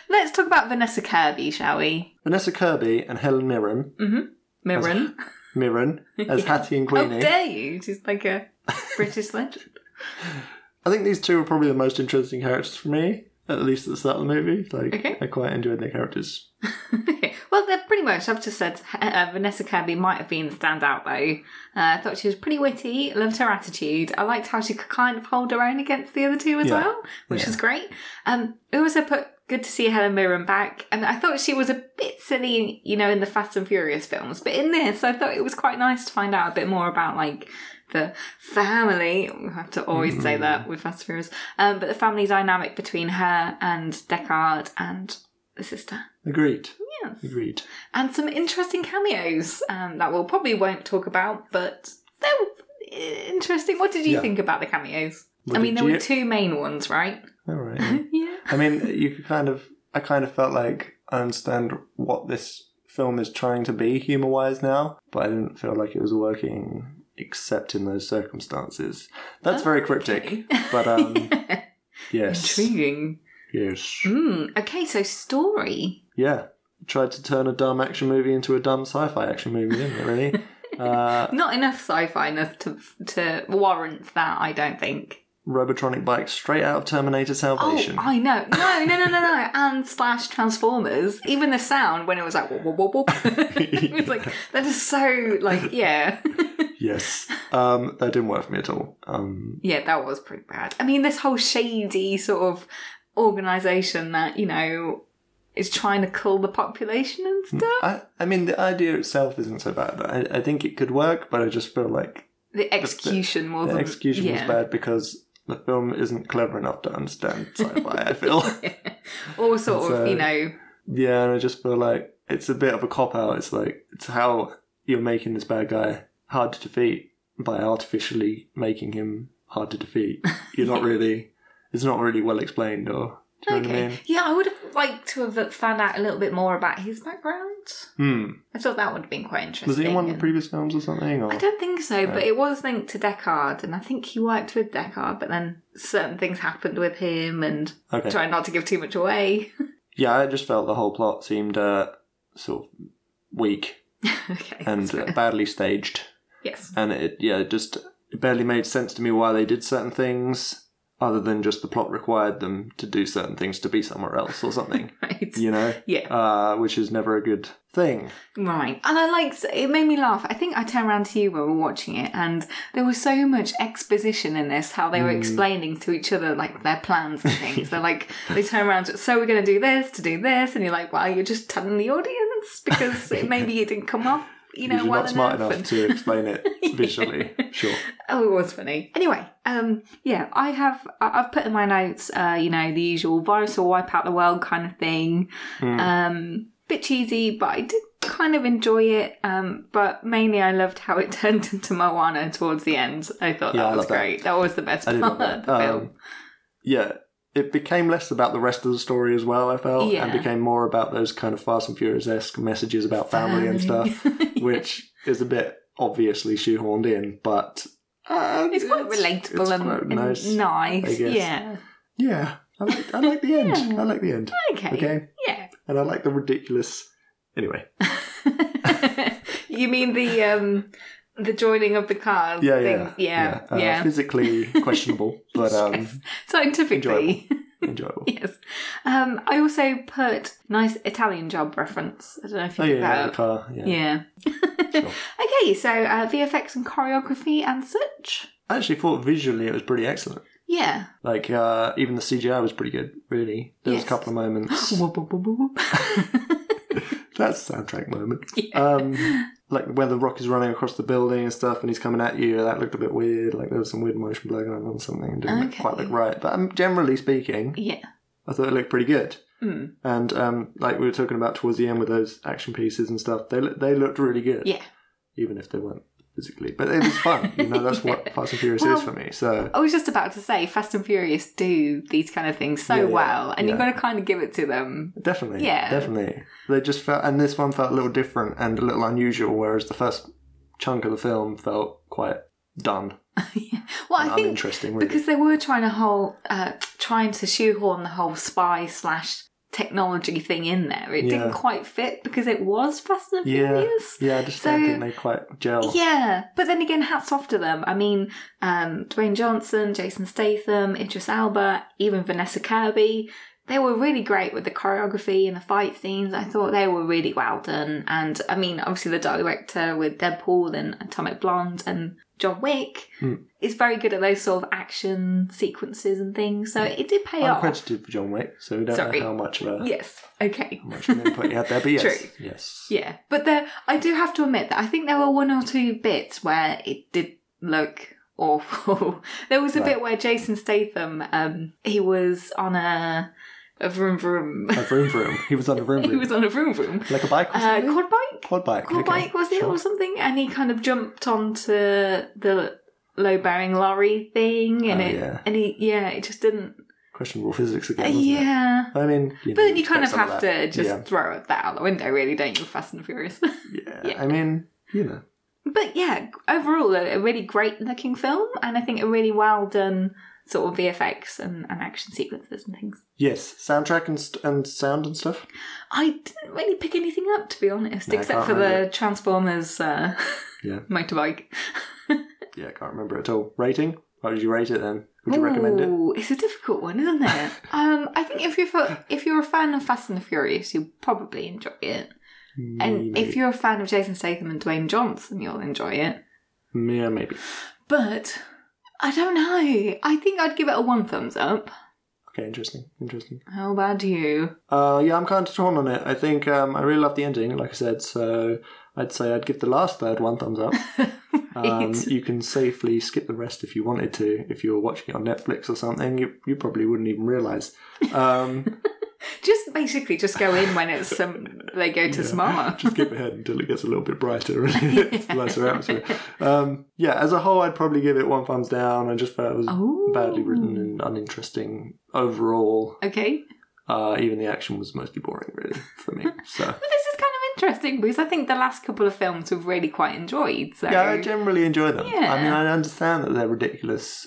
let's talk about Vanessa Kirby, shall we?
Vanessa Kirby and Helen Mirren,
Mirren,
Mirren as Hattie and
how
Queenie.
dare you? She's like a British legend.
I think these two are probably the most interesting characters for me, at least at the start of the movie. Like,
Okay.
I quite enjoyed their characters.
well, they're pretty much. I've just said uh, Vanessa Kirby might have been the standout though. Uh, I thought she was pretty witty. Loved her attitude. I liked how she could kind of hold her own against the other two as
Yeah.
well, which
Yeah.
is great. Um, it also put good to see Helen Mirren back, and I thought she was a bit silly, you know, in the Fast and Furious films, but in this, I thought it was quite nice to find out a bit more about like the family. We have to always say
Mm.
that with Fast and Furious, um, but the family dynamic between her and Deckard and the sister.
Agreed.
Yes
Agreed.
and some interesting cameos um, that we'll probably won't talk about, but they were eh, interesting. What did you
Yeah.
think about the cameos?
What
I mean,
did
there
you-
were two main ones, right?
All right. yeah.
Yeah.
I mean, you could kind of. I kind of felt like I understand what this film is trying to be humor wise now, but I didn't feel like it was working except in those circumstances. That's very cryptic,
okay.
but um, yes.
Intriguing.
Yes.
Mm, okay, so story.
Yeah. Tried to turn a dumb action movie into a dumb sci fi action movie, didn't it, really? uh,
Not enough sci-fi ness to to warrant that, I don't think.
Robotronic bike straight out of Terminator Salvation.
Oh, I know. No, no, no, no, no. And slash Transformers. Even the sound when it was like whoop whoop whoop. whoop. it was like that is so like yeah.
Yes. Um, that didn't work for me at all. Um,
Yeah, that was pretty bad. I mean, this whole shady sort of organisation that, you know, is trying to kill the population and
Hmm.
stuff.
I, I mean, the idea itself isn't so bad. I, I think it could work, but I just feel like
The execution
the
wasn't.
execution was
yeah.
bad because the film isn't clever enough to understand sci-fi. I feel,
Or sort
So-
of, you know,
yeah, and I just feel like it's a bit of a cop out. It's like it's how you're making this bad guy hard to defeat by artificially making him hard to defeat. You're not really. It's not really well explained, or do you know
okay. Yeah, I would have liked to have found out a little bit more about his background.
what I mean?
I thought that would have been quite
Hmm.
interesting.
Was he in one of the
and-
previous films or something? Or
I don't think so,
No.
but it was linked to Deckard, and I think he worked with Deckard, but then certain things happened with him, and
okay.
trying not to give too much away.
Yeah, I just felt the whole plot seemed uh, sort of weak
okay.
and
that's fair.
uh, badly staged,
yes.
and it yeah, it just it barely made sense to me why they did certain things, other than just the plot required them to do certain things to be somewhere else or something,
Right.
you know,
Yeah.
uh, which is never a good thing.
Right. And I liked it made me laugh. I think I turned around to you when we were watching it and there was so much exposition in this, how
Mm.
they were explaining to each other like their plans and things. They're like they turn around to, so we're gonna do this to do this and you're like, Well, you're just telling the audience because it, maybe it didn't come off, you know,
Because you're
well
not smart enough
and-
to explain it visually. Sure.
Oh, it was funny. Anyway, um, yeah, I have I- I've put in my notes, uh, you know, the usual virus will wipe out the world kind of thing.
Hmm.
Um, bit cheesy, but I did kind of enjoy it. Um, but mainly I loved how it turned into Moana towards the end. I thought
Yeah, I
that was
love that.
great. That. was the best
I did
part
love
of
that.
the
Um,
film.
yeah, it became less about the rest of the story as well. I felt,
Yeah.
and became more about those kind of Fast and Furious esque messages about family and stuff, which is a bit obviously shoehorned in, but Uh,
It's quite relatable
it's
and,
quite
and
nice.
nice.
I guess.
Yeah.
Yeah, I like, I like the end. I like the end.
Okay.
Okay,
Yeah.
and I like the ridiculous. Anyway,
you mean the um the joining of the cars?
yeah, yeah,
things? yeah,
Uh,
yeah.
Physically questionable, but um,
Yes. Scientifically,
enjoyable.
yes. Um, I also put nice Italian job reference. I don't know if you
Oh
did
yeah, yeah,
that.
the car. Yeah.
Uh, Yeah.
Sure.
Okay, so uh, VFX and choreography and such.
I actually thought visually it was pretty excellent.
Yeah.
Like uh, even the CGI was pretty good. Really, there was a
Yes.
couple of moments.
Whoop, whoop, whoop, whoop.
That's a soundtrack moment.
Yeah.
Um, like when the rock is running across the building and stuff, and he's coming at you. That looked a bit weird. Like there was some weird motion blur going on or something, and didn't look
Okay.
quite look right. But um, generally speaking,
yeah.
I thought it looked pretty good.
Mm.
And um, like we were talking about towards the end with those action pieces and stuff, they loo- they looked really good.
Yeah.
Even if they weren't physically, but it was fun. You know, that's what Fast and Furious
Well-
is for me. So
I was just about to say, Fast and Furious do these kind of things so
Yeah, yeah,
well, and you've
yeah.
got to kind of give it to them.
Definitely.
Yeah.
Definitely. They just felt, and this one felt a little different and a little unusual, whereas the first chunk of the film felt quite done
Well,
and
I think
uninteresting, really.
because they were trying to whole, uh, trying to shoehorn the whole spy slash technology thing in there, it
Yeah.
didn't quite fit because it was Fast and
Yeah.
Furious.
yeah, I just
So-
don't think they quite gel.
Yeah, but then again, hats off to them. I mean, um, Dwayne Johnson, Jason Statham, Idris Elba, even Vanessa Kirby. They were really great with the choreography and the fight scenes. I thought they were really well done. And I mean, obviously, the director with Deadpool and Atomic Blonde and John Wick
Mm.
is very good at those sort of action sequences and things. So it did pay
I'm
off.
credited for John Wick, so we don't
Sorry.
know how much of a
Yes. Okay.
how much of an input he had there, but yes.
True.
Yes.
Yeah, but there, I do have to admit that I think there were one or two bits where it did look awful. there was a
Right.
bit where Jason Statham, um, he was on a a vroom vroom.
A vroom vroom. He was on a vroom
he
vroom.
was on a vroom vroom,
like a bike or
uh,
something?
quad bike,
quad bike.
quad
okay,
bike was it
sure.
or something? And he kind of jumped onto the low bearing lorry thing, and
Oh,
it
yeah.
and he yeah, it just didn't.
Questionable physics again. wasn't it?
yeah.
I mean, you
But
know,
then you kind of
expect
have
some
to
that.
just throw that out the window, really, don't you? Fast and Furious.
Yeah. yeah.
yeah.
I mean, you know.
But yeah, overall, a, a really great looking film, and I think a really well done sort of VFX and, and action sequences and things.
Yes, soundtrack and st- and sound and stuff.
I didn't really pick anything up, to be honest,
No, I
except
can't
for
remember
the Transformers uh,
Yeah.
motorbike.
Yeah, I can't remember it at all. Rating? How did you rate it then? Would you recommend it?
Ooh, It's a difficult one, isn't it? um, I think if you're fa- if you're a fan of Fast and the Furious, you'll probably enjoy it, and
Maybe.
if you're a fan of Jason Statham and Dwayne Johnson, you'll enjoy it.
yeah, maybe.
But I don't know. I think I'd give it a one thumbs up.
Okay, interesting, interesting.
How about you?
Uh, yeah, I'm kind of torn on it. I think um, I really love the ending, like I said. So I'd say I'd give the last third one thumbs up. Um,
Right.
you can safely skip the rest if you wanted to. If you were watching it on Netflix or something, you you probably wouldn't even realize. Um,
Just basically just go in when it's some they go to Samara.
just skip ahead until it gets a little bit brighter and it's a nicer atmosphere. Um, yeah, as a whole, I'd probably give it one thumbs down. I just felt it was
Oh.
badly written and uninteresting overall.
Okay.
Uh, even the action was mostly boring, really, for me. So
But this is kind of interesting because I think the last couple of films we've really quite enjoyed. So
yeah, I generally enjoy them. I
Yeah.
mean, I understand that they're ridiculous,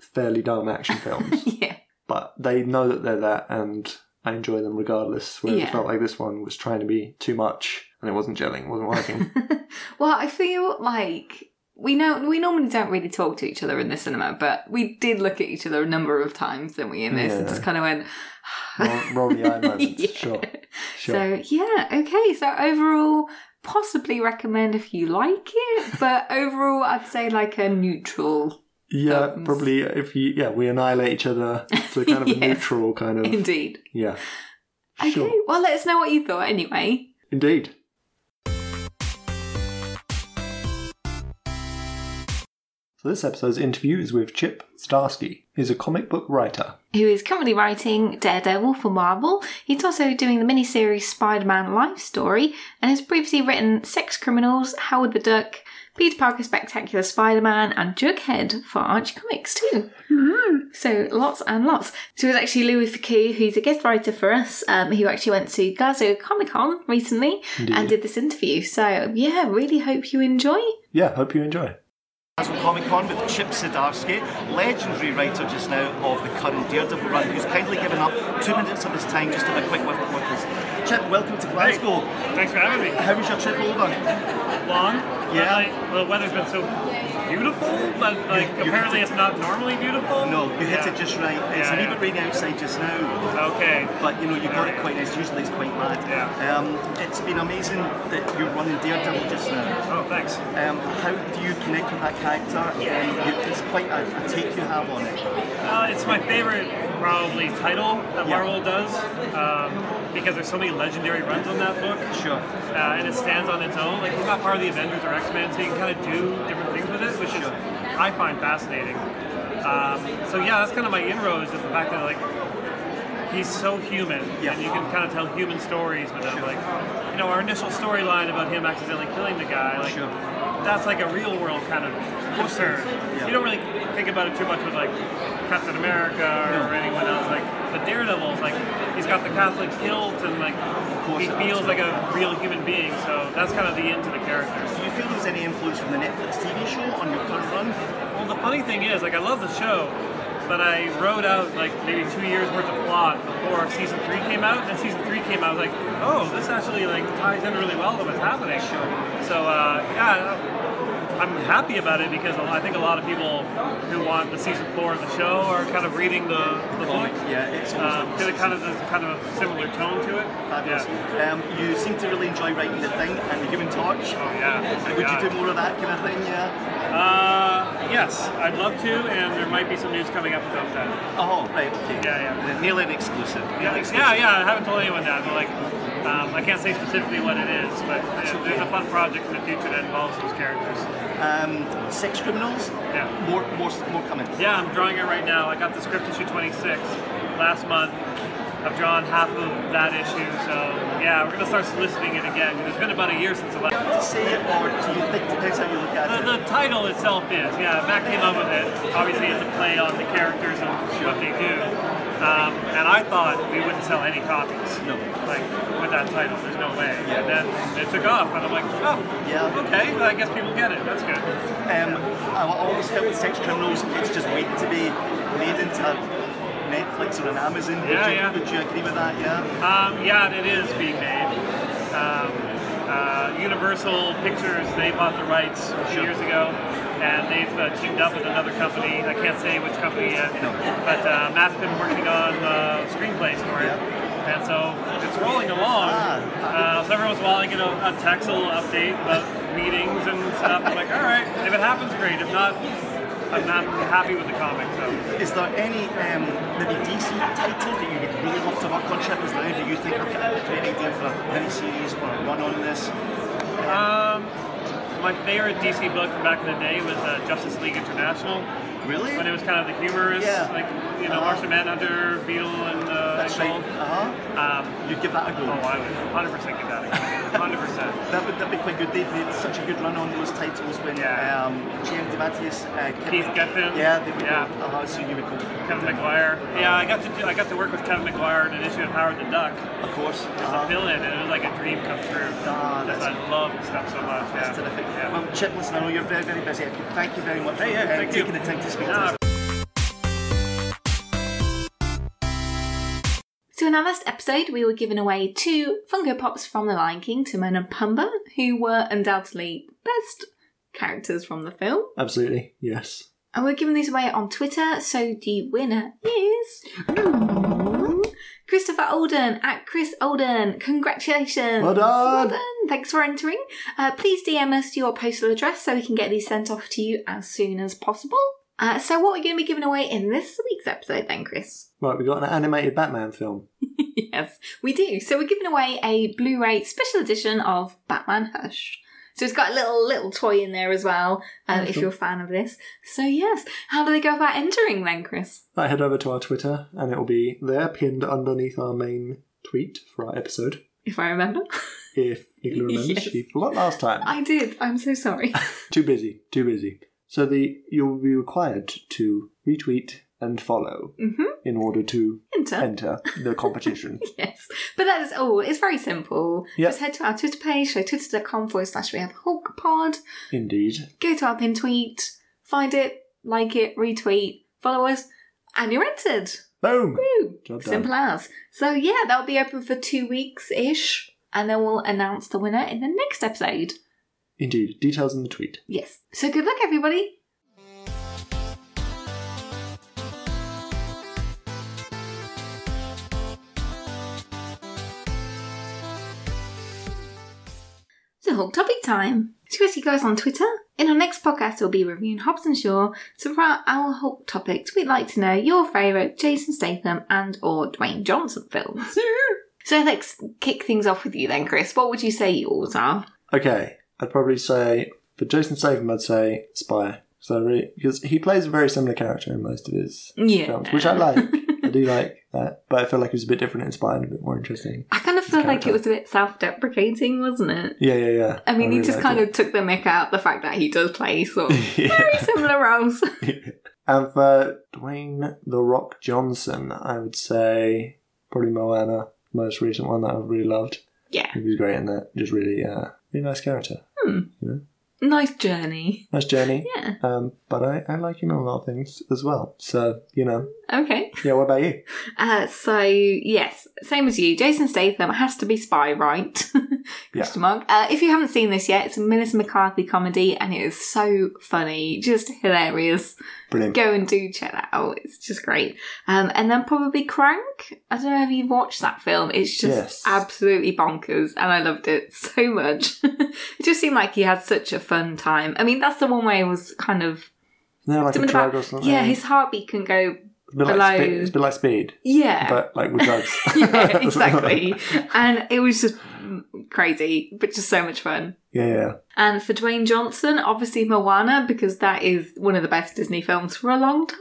fairly dumb action films,
yeah.
but they know that they're that, and I enjoy them regardless. Whereas I
Yeah.
felt like this one was trying to be too much, and it wasn't gelling, wasn't working.
Well, I feel like we know we normally don't really talk to each other in the cinema, but we did look at each other a number of times, didn't we? In this, and
Yeah.
just kind of went.
roll, roll the eye moments,
Yeah.
sure, sure.
So yeah, okay. So overall, possibly recommend if you like it, but overall, I'd say like a neutral
yeah,
thumbs.
probably if you yeah we annihilate each other, so kind of a
um, Yes.
neutral kind of
Indeed.
yeah.
Okay,
Sure.
well, let us know what you thought anyway.
Indeed. So this episode's interview is with Chip Starsky. He's a comic book writer.
Who is currently writing Daredevil for Marvel? He's also doing the miniseries Spider Man Life Story and has previously written Sex Criminals, Howard the Duck, Peter Parker Spectacular Spider Man, and Jughead for Archie Comics, too. So lots and lots. So it was actually Louis Fikou, who's a guest writer for us, um, who actually went to Glasgow Comic Con recently
Indeed.
and did this interview. So yeah, really hope you enjoy.
Yeah, hope you enjoy.
Glasgow Comic Con with Chip Zdarsky, legendary writer just now of the current Daredevil run, who's kindly given up two minutes of his time just to have a quick whiff with us. Chip, welcome to Glasgow.
Thanks for having me.
How was your trip over?
Long.
Yeah.
Like, the weather's been so beautiful, but like
You- you
apparently
hit
it's not normally beautiful.
No, you hit
Yeah.
it just right. It's
Yeah,
a wee
yeah.
bit rainy outside just now.
Okay.
But you know, you got it quite nice. Usually it's quite bad.
Yeah.
Um, it's been amazing that you're running Daredevil just now.
Oh, thanks.
Um, how do you connect with that character? Um, you, it's quite a, a take you have on it.
Uh, it's my favorite, probably, title that
Yeah.
Marvel does um, because there's so many legendary runs on that book.
Sure.
uh, and it stands on its own. Like he's not part of the Avengers or X Men, so you can kind of do different things with it, which is I find fascinating. Um, so yeah, that's kind of my inroad is just the fact that like he's so human,
Yeah.
and you can kind of tell human stories without
Sure.
like you know our initial storyline about him accidentally killing the guy. Like
Sure.
that's like a real world kind of concern.
Yeah.
You don't really think about it too much with like Captain America or
No.
anyone else. Like but Daredevil's like he's got the Catholic guilt and like
course
he
it
feels
is.
like a real human being, so that's kind of the end to the character.
Do you feel there's any influence from the Netflix TV show on your current run?
Well, the funny thing is, like, I love the show, but I wrote out like maybe two years worth of plot before season three came out, and season three came out, I was like, oh, this actually like ties in really well to what's happening.
Sure.
So uh, yeah. I'm happy about it because I think a lot of people who want the season four of the show are kind of reading the, the book.
Yeah, it's almost
Uh,
like-
because it kind of has kind of a similar tone to it.
Fabulous.
Yeah.
Um, you seem to really enjoy writing the thing and the Human Torch.
Oh, yeah.
Would
Yeah.
you do more of that kind of thing? Yeah.
Uh, yes, I'd love to, and there might be some news coming up about that.
Oh, right. Okay.
Yeah, yeah.
The- Nearly an exclusive.
Yeah,
Nearly
yeah, yeah, I haven't told anyone that, but like, um, I can't say specifically what it is, but uh, there's a fun project in the future that involves those characters.
Um, sex criminals.
Yeah.
More, more, more coming.
Yeah, I'm drawing it right now. I got the script issue 26 last month. I've drawn half of that issue, so yeah, we're gonna start soliciting it again. 'cause It's been about a year since the last.
To say it, or do you think depends how you look at
The,
it?
the title itself is, yeah, Matt came up with it. Obviously, it's a play on the characters and what they do. Um, and I thought we wouldn't sell any copies.
No.
Like, with that title, there's no way.
Yeah.
And then it took off, and I'm like, oh,
Yeah.
okay, I guess people get it. That's good.
Um, I always felt with sex criminals, it's just waiting to be made into Netflix or an Amazon.
Yeah,
would, you,
yeah.
would you agree with that? Yeah.
Um, yeah, it is being made. Um, uh, Universal Pictures, they bought the rights a few
Sure.
years ago, and they've uh, teamed up with another company. I can't say which company yet,
No.
but uh, Matt's been working on uh, screenplays for it. And so it's rolling along.
Ah.
Uh, so every once in a while I get a, a Texel update about meetings and stuff. I'm like, all right, if it happens, great. If not, I'm not happy with the comic. So
Is there any um, maybe DC title that you would really love to work on? Chip is now. Do you think okay, I've got a great idea for a mini series or a run on this?
my favorite DC book from back in the day was uh, Justice League International.
Really?
when it was kind of the humorous,
Yeah.
like you know,
Uh-huh.
Martian Manhunter, Beetle, and uh,
That's
and
right.
Gold.
Uh huh.
Um,
You'd give that a go.
oh, I would 100 percent get that. again. 100 percent.
That would that'd be quite good. They made such a good run on those titles when
Yeah.
um, GM DeMatteis, uh, Kevin-
Keith Giffen.
Yeah, they would.
Yeah.
Go, uh-huh, so you would go.
Kevin McGuire. Yeah, I got to do, I got to work with Kevin McGuire in an issue of Howard the Duck as
Of course.
a villain, and it was like a dream come true.
Ah,
Just,
Uh-huh. that's-
I love his stuff so much. Yeah.
That's terrific. Um,
Yeah.
Well, Chip, listen, I know you're very, very busy. Thank you very much
Hey, yeah,
for um,
thank you.
taking the time to speak
Yeah,
to us.
So in our last episode, we were giving away two Funko Pops from The Lion King, Timon and Pumbaa, who were undoubtedly the best characters from the film.
Absolutely, yes.
And we're giving these away on Twitter, so the winner is Christopher Alden at Chris Alden. Congratulations!
Well done.
Thanks for entering. Uh, please DM us your postal address so we can get these sent off to you as soon as possible. Uh, so, what are we going to be giving away in this week's episode, then, Chris?
Right, we got an animated Batman film.
yes, we do. So we're giving away a Blu-ray special edition of Batman Hush. So it's got a little little toy in there as well, um, if you're a fan of this. So yes, how do they go about entering then, Chris?
I head over to our Twitter, and it'll be there pinned underneath our main tweet for our episode.
If I remember,
If Nicola remembers,
Yes.
she forgot last time.
I did. I'm so sorry.
Too busy, too busy. So the you'll be required to retweet and follow
hmm
in order to
Enter.
enter the competition.
Yes, but that is all. It's very simple.
Yep.
Just head to our Twitter page, so twitter.com forward slash we have Hulk Pod.
Indeed.
Go to our pin tweet. find it, like it, retweet, follow us, and you're entered.
Boom.
Woo!
Job done.
Simple as. So yeah, that'll be open for two weeks ish, and then we'll announce the winner in the next episode.
Indeed. Details in the tweet.
Yes. So good luck, everybody. So, Hulk topic time. So, as you guys on Twitter, in our next podcast, we'll be reviewing Hobbs and Shaw. So, for our, our Hulk topics, we'd like to know your favourite Jason Statham and/or Dwayne Johnson films. so, let's kick things off with you then, Chris. What would you say yours are?
Okay, I'd probably say for Jason Statham, I'd say Spy. So I really, because he plays a very similar character in most of his
Yeah.
films, which I like. I do like that, but I feel like it was a bit different in Spy and a bit more interesting.
I kind of feel like
character.
it was a bit self-deprecating, wasn't it?
Yeah, yeah, yeah.
I mean, he just kind of took the mick out the fact that he does play sort of
of. yeah.
very similar roles.
And for Dwayne The Rock Johnson, I would say probably Moana, most recent one that I've really loved.
yeah,
He was great in that. Just really, uh, really nice character.
nice journey.
Nice journey.
Yeah.
Um, but I, I like him in a lot of things as well. So, you know,
Okay.
yeah, what about you?
Uh, so yes, same as you. Jason Statham has to be spy, right? Question mark. Uh, if you haven't seen this yet, it's a Melissa McCarthy comedy, and it is so funny, just hilarious.
Brilliant.
Go and do check that out. It's just great. Um, and then probably Crank. I don't know if you've watched that film. It's just
Yes.
absolutely bonkers, and I loved it so much. it just seemed like he had such a fun time. I mean, that's the one where he was kind of
Isn't there like a
something
drug
about-
or something?
yeah, his heartbeat can go
It's a bit like,
below-
speed, it's a bit like speed,
yeah.
but like with drugs.
yeah, exactly. and it was just mm, crazy, but just so much fun.
yeah, yeah.
And for Dwayne Johnson, obviously Moana, because that is one of the best Disney films for a long time.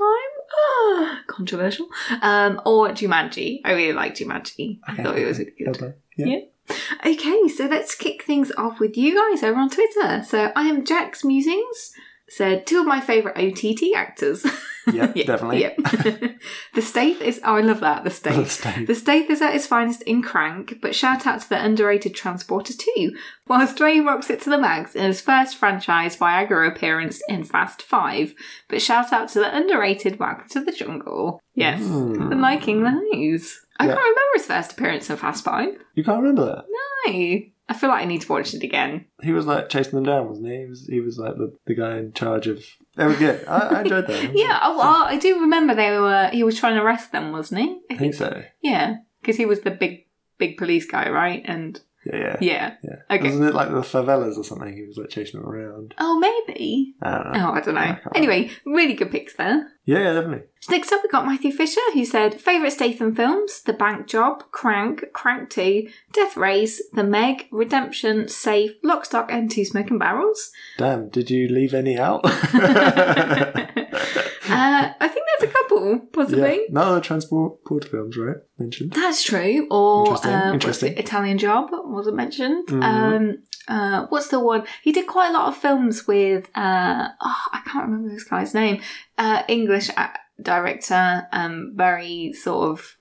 Ah, controversial. Um, or Jumanji. I really liked Jumanji. I
Okay.
thought it was really good.
Okay. Yeah.
Okay, so let's kick things off with you guys over on Twitter. So I am Jack's Musings. So two of my favourite OTT actors.
Yeah, definitely.
Yep. the Staith is. Oh, I love that. The Staith.
The Staith.
The Staith is at its finest in Crank, but shout out to the underrated Transporter too. Whilst Dwayne rocks it to the mags in his first franchise Viagra appearance in Fast Five, but shout out to the underrated Welcome to the Jungle. Yes,
Mm.
I'm liking those. I
Yeah.
can't remember his first appearance in Fast Five.
You can't remember that.
Hey, I feel like I need to watch it again.
He was like chasing them down, wasn't he? He was, he was like the, the guy in charge of. That was good. I, I enjoyed that.
Yeah, oh, well, I do remember they were. He was trying to arrest them, wasn't he?
I think so.
Yeah, because he was the big, big police guy, right? And
Yeah, yeah.
yeah,
yeah.
Okay.
Wasn't it like the favelas or something? He was like chasing them around.
oh maybe.
I don't know.
Oh, I don't know.
can't
Anyway, really good picks there.
Yeah, yeah, definitely.
So next up, we got Matthew Fisher, who said favorite Statham films: The Bank Job, Crank, Crank Two, Death Race, The Meg, Redemption, Safe, Lock, Stock, and Two Smoking Barrels.
Damn, did you leave any out?
Uh, I think there's a couple, possibly.
Yeah. None of the transport port films, right? Mentioned.
That's true. Or
Interesting,
uh,
interesting. Mm-hmm.
What's the Italian job wasn't mentioned. Um, uh, what's the one? He did quite a lot of films with. Uh, oh, I can't remember this guy's name. Uh, English a- director. Um, very sort of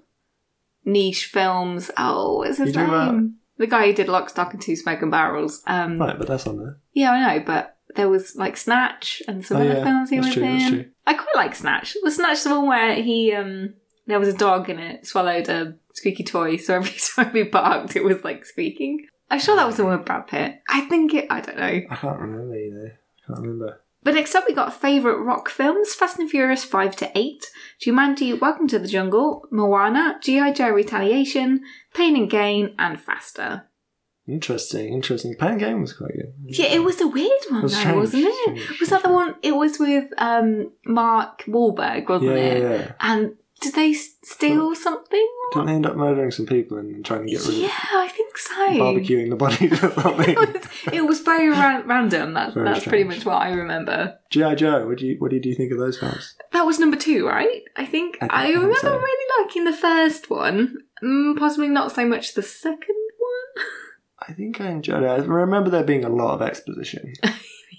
niche films. Oh, what's his
You talking
name?
about-
The guy who did Lock, Stock, and Two Smoking Barrels. Um,
Right, but that's on there.
Yeah, I know, but. There was like Snatch and some
Oh,
other
yeah.
films he
That's
was
true,
in.
that's true.
I quite like Snatch. Was Snatch the one where he um there was a dog and it swallowed a squeaky toy, so every time he barked, it was like squeaking. I'm sure that was the one with Brad Pitt. I think it. I don't know.
I can't remember, you know. Can't remember.
But next up, we got favourite rock films Fast and Furious 5 to 8, Jumanji Welcome to the Jungle, Moana, G.I. Joe Retaliation, Pain and Gain, and Faster.
Interesting, interesting. Pan Game was quite good.
Yeah, it was a weird one,
That's
though,
strange,
wasn't it?
strange,
was that the
strange.
one? It was with um, Mark Wahlberg, wasn't
Yeah,
it?
yeah, yeah.
And did they s- steal something?
Didn't they end up murdering some people and trying to get rid
Yeah, I think so.
of barbecuing the bodies or something?
It was, it was very ra- random. That's
Very
that's pretty much
strange.
what I remember.
G.I. Joe, what do you what do you do you think of those films?
That was number two, right? I think
I
I,
think- I think
remember
so.
really liking the first one. Mm, possibly not so much the second one.
I think I enjoyed it. I remember there being a lot of exposition.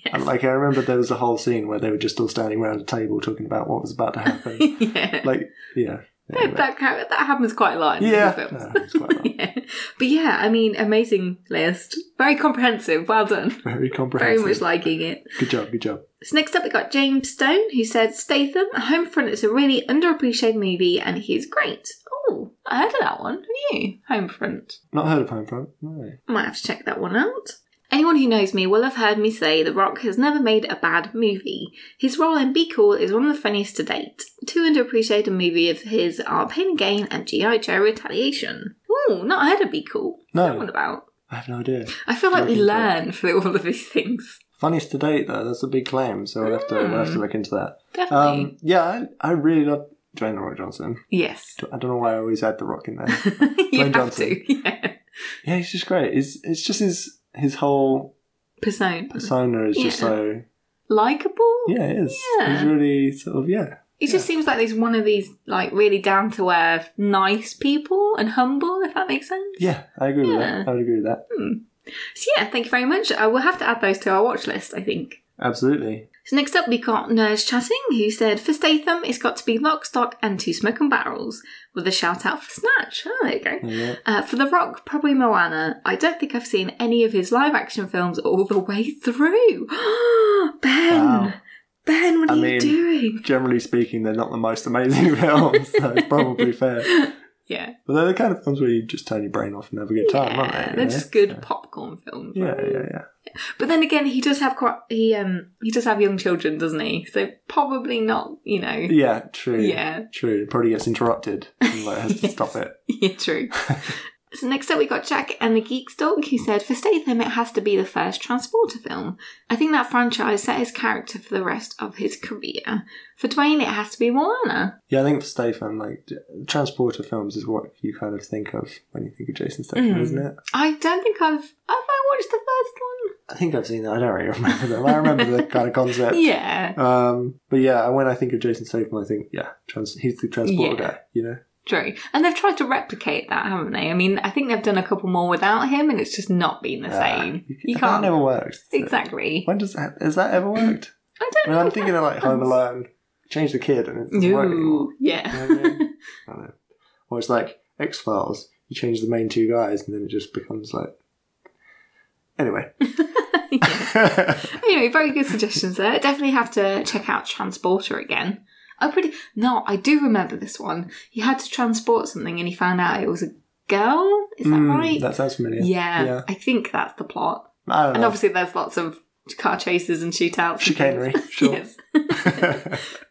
Yes.
Like I remember there was a whole scene where they were just all standing around a table talking about what was about to happen.
yeah.
like yeah,
that kind of- that happens quite a lot in
Yeah.
films.
No, it's quite right.
yeah. But yeah, I mean, amazing list. Very comprehensive. Well done.
Very
Very
comprehensive.
much liking it.
Good job, good job.
So next up, we got James Stone, who said Statham, Homefront is a really underappreciated movie, and he's great. Oh, I heard of that one. Have you? Homefront.
Not heard of Homefront. No.
Might have to check that one out. Anyone who knows me will have heard me say The Rock has never made a bad movie. His role in Be Cool is one of the funniest to date. Two underappreciated movies of his are Pain and Gain and G.I. Joe Retaliation. Ooh, not heard of Be Cool. What's
No.
that one about?
I have no idea.
I feel like we
Looking for it.
learn through all of these things.
Funniest to date, though. That's a big claim, so we'll have to, we'll
Hmm.
have to look into that.
Definitely.
Um, yeah, I, I really love Dwayne The Rock Johnson.
yes.
I don't know why I always add The Rock in there.
you have
Johnson.
to. Yeah.
yeah, he's just great. It's, it's just his his whole
Persona.
persona is just
Yeah.
so.
Likeable?
Yeah, it is.
Yeah.
He's really sort of, yeah.
He just seems like he's one of these like really down to earth, nice people and humble, if that makes sense.
Yeah, I agree with
Yeah.
that. I would agree with that.
So yeah, thank you very much. I will have to add those to our watch list, I think.
Absolutely.
So next up, we got Nerds Chatting, who said, For Statham, it's got to be Lock, Stock and Two Smoking Barrels, with a shout out for Snatch. Oh, there you go.
There you go.
Uh, for The Rock, probably Moana. I don't think I've seen any of his live action films all the way through. ben!
Wow.
Ben, what are
I
you
mean-
doing?
Generally speaking, they're not the most amazing films. so it's probably fair.
Yeah.
But they're the kind of films where you just turn your brain off and have a good time, aren't they?
Yeah,
you
they're
know?
just good popcorn films.
Yeah, yeah, yeah.
But then again, he does have quite he um he does have young children, doesn't he? So probably not, you know.
Yeah, true.
Yeah.
True. It probably gets interrupted and like, has to stop it.
Yeah, true. so next up, we got Jack and the Geek Stalk, who said, "For Statham, it has to be the first Transporter film. I think that franchise set his character for the rest of his career. For Dwayne, it has to be Moana.
Yeah, I think for Statham, like j- transporter films is what you kind of think of when you think of Jason Statham,
Mm.
isn't it?
I don't think I've have I watched the first
I think I've seen that. I don't really remember them. I remember the kind of concept.
one. Yeah,
Um, but yeah, when I think of Jason Statham, I think yeah, trans- he's the transporter
Yeah.
guy. You know,
true. And they've tried to replicate that, haven't they? I mean, I think they've done a couple more without him, and it's just not been the
Ah,
same.
you-
You
That
can't.
never works. does it?
Exactly.
When does that? Has that ever worked?
I
I
don't
mean,
know.
I'm
if
thinking
that
of like Home
happens.
Alone. Change the kid, and it's not working anymore.
Ooh, yeah.
You know what I mean? I don't know. Or it's like X Files. You change the main two guys, and then it just becomes like. Anyway.
Anyway, very good suggestions there. Definitely have to check out Transporter again. I pretty no, I do remember this one. He had to transport something, and he found out it was a girl. Is that
Mm,
right?
That sounds familiar.
yeah,
Yeah.
I think that's the plot.
I don't
And
know.
obviously, there's lots of car chases and shootouts. and
Chicanery,
things.
sure.
yes.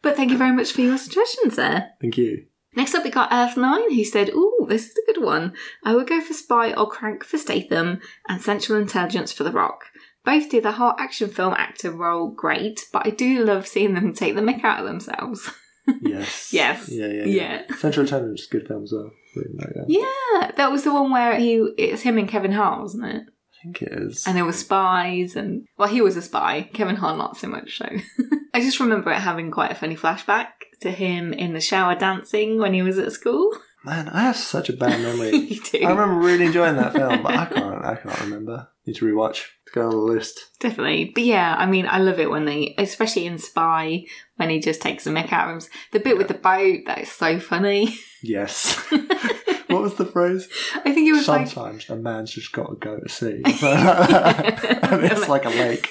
but thank you very much for your suggestions there.
Thank you.
Next up, we got Earth9, who said, Ooh, this is a good one. I would go for Spy or Crank for Statham and Central Intelligence for The Rock. Both do the whole action film actor role great, but I do love seeing them take the mick out of themselves.
Yes.
Yes.
Yeah, yeah, yeah.
Yeah.
Central Intelligence is a good film as well. Really like that.
Yeah, that was the one where he it's him and Kevin Hart, wasn't it?
I think it is.
And there were spies, and well, he was a spy. Kevin Hart, not so much. So I just remember it having quite a funny flashback to him in the shower dancing when he was at school.
Man, I have such a bad memory.
you do
I remember really enjoying that film, but I can't. I can't remember. Need to rewatch. It's got on the list.
Definitely. But yeah, I mean, I love it when they, especially in Spy, when he just takes the mick out of him. The bit with the boat, that is so funny.
Yes. what was the phrase?
I think it was like,
Sometimes a man's just got to go to sea. and it's like a lake.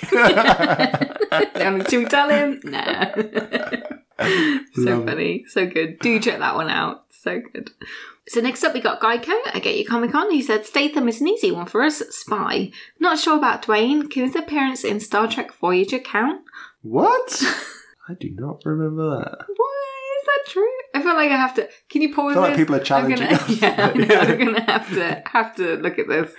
um, should we tell him? Nah. so
Love it.
funny. So good. Do check that one out. So good. So next up we got Geico, I Get You Comic Con, who said Statham is an easy one for us, Spy. Not sure about Dwayne, can his appearance in Star Trek Voyager count?
what? I do not remember that.
What is that true? I feel like I have to. Can you pause
I feel like
this?
people are challenging
I'm gonna,
us.
yeah, I'm,
Yeah.
I'm gonna have to have to look at this.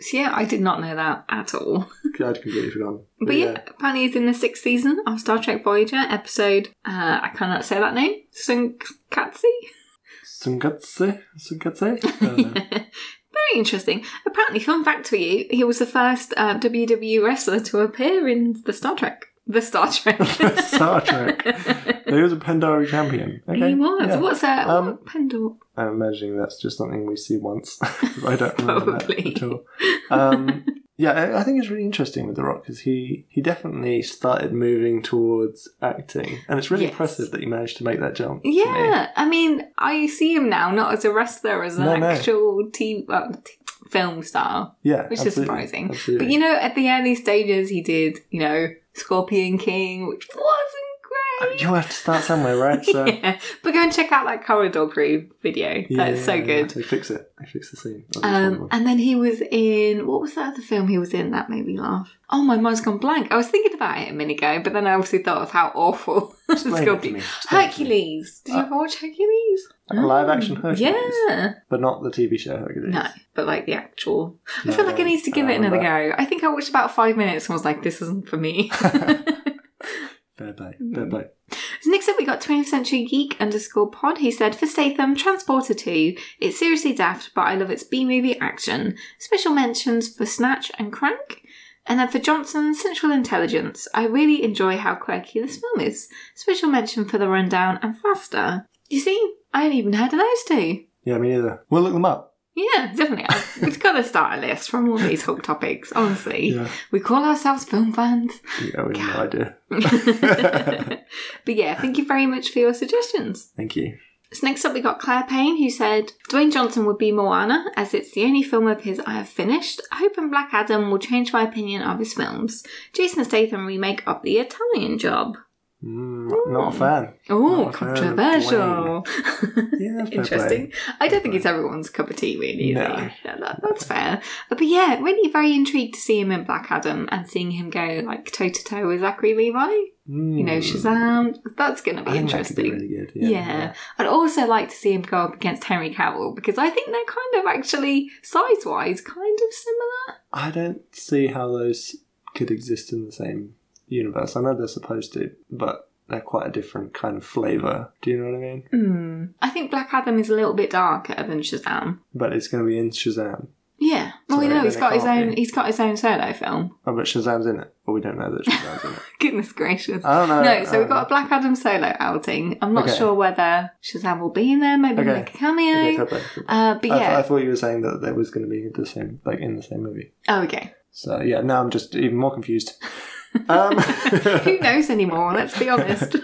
So yeah, I did not know that at all.
I'd completely forgotten.
But yeah, apparently he's in the sixth season of Star Trek Voyager episode. Uh, I cannot say that name. Sunkatsi.
Sungatse? Sungatse? I don't know.
Very interesting. Apparently, fun fact for you, he was the first uh, WWE wrestler to appear in the Star Trek. The Star Trek.
Star Trek. He was a Pandora champion. Okay.
He was.
yeah.
What's a
Um,
what Pendle?
I'm imagining that's just something we see once. I don't remember that
Probably.
at all. Um, yeah, I- I think it's really interesting with The Rock because he, he definitely started moving towards acting, and it's really
Yes.
impressive that he managed to make that jump. to me.
Yeah, I mean, I see him now not as a wrestler, as an
No, no.
actual TV, well, t- film star,
yeah,
which is
absolutely,
surprising.
Absolutely.
But you know, at the early stages, he did, you know, Scorpion King, which wasn't great.
you have to start somewhere, right? So
yeah, but go and check out that Corridor Crew video. That's so
Yeah,
good.
They fix it. They fix the scene. That was
Um,
wonderful.
and then he was in what was that other film he was in that made me laugh? Oh, my mind's gone blank. I was thinking about it a minute ago, but then I obviously thought of how awful
Explain it to
Scorpion.
me. Explain it to me.
Hercules. Did you ever watch Hercules? Mm.
A live action Hercules.
Yeah.
But not the TV show Hercules.
No, but like the actual.
No,
I feel like I need to
I
give it
don't
another go.
remember.
I think I watched about five minutes and was like, this isn't for me.
Fair play. Fair play.
Next up, we got 20th Century Geek underscore pod who said, For Statham, Transporter 2. It's seriously daft, but I love its B movie action. Special mentions for Snatch and Crank. And then for Johnson, Central Intelligence. I really enjoy how quirky this film is. Special mention for The Rundown and Faster. You see, I hadn't even heard of those two.
Yeah, me neither. We'll look them up.
Yeah, definitely. I've- We've got to start a list from all these hot topics, honestly.
Yeah.
We call ourselves film fans.
Yeah, we have no idea.
but yeah, thank you very much for your suggestions.
Thank you.
So next up we got Claire Payne who said Dwayne Johnson would be Moana as it's the only film of his I have finished. I hope and Black Adam will change my opinion of his films. Jason Statham remake of the Italian job.
Mm, not a fan.
Oh,
Not a fan of
controversial.
Yeah, fair
Interesting.
Play.
I don't think it's everyone's cup of tea, really. Is
No.
it? Yeah, that- that's fair. But yeah, really very intrigued to see him in Black Adam and seeing him go like toe to toe with Zachary Levi.
Mm,
You know, Shazam. That's going to
I
be
think that could be
interesting.
really good.
yeah.
Yeah.
I'd also like to see him go up against Henry Cavill because I think they're kind of actually size wise kind of similar.
I don't see how those could exist in the same universe. I know they're supposed to, but they're quite a different kind of flavour. Do you know what I mean?
Hmm. I think Black Adam is a little bit darker than Shazam.
But it's going to be in Shazam.
Yeah. Well,
So
we know
then
he's
it
got his
can't
own.
be.
He's got his own solo film.
Oh, but Shazam's in it. But we don't know that Shazam's in it.
Goodness gracious.
I don't know. Um,
No, so
I
we've got a
don't
Black Adam solo outing. I'm not
Uh, Okay.
sure whether Shazam will be in there. Maybe
Okay.
make a cameo.
know. Okay, fair play, fair play.
Uh, but
I, th- I
yeah.
thought you were saying that there was going to be the same, like in the same movie.
Oh, okay.
So yeah, now I'm just even more confused. Um,
Who knows anymore? Let's be honest.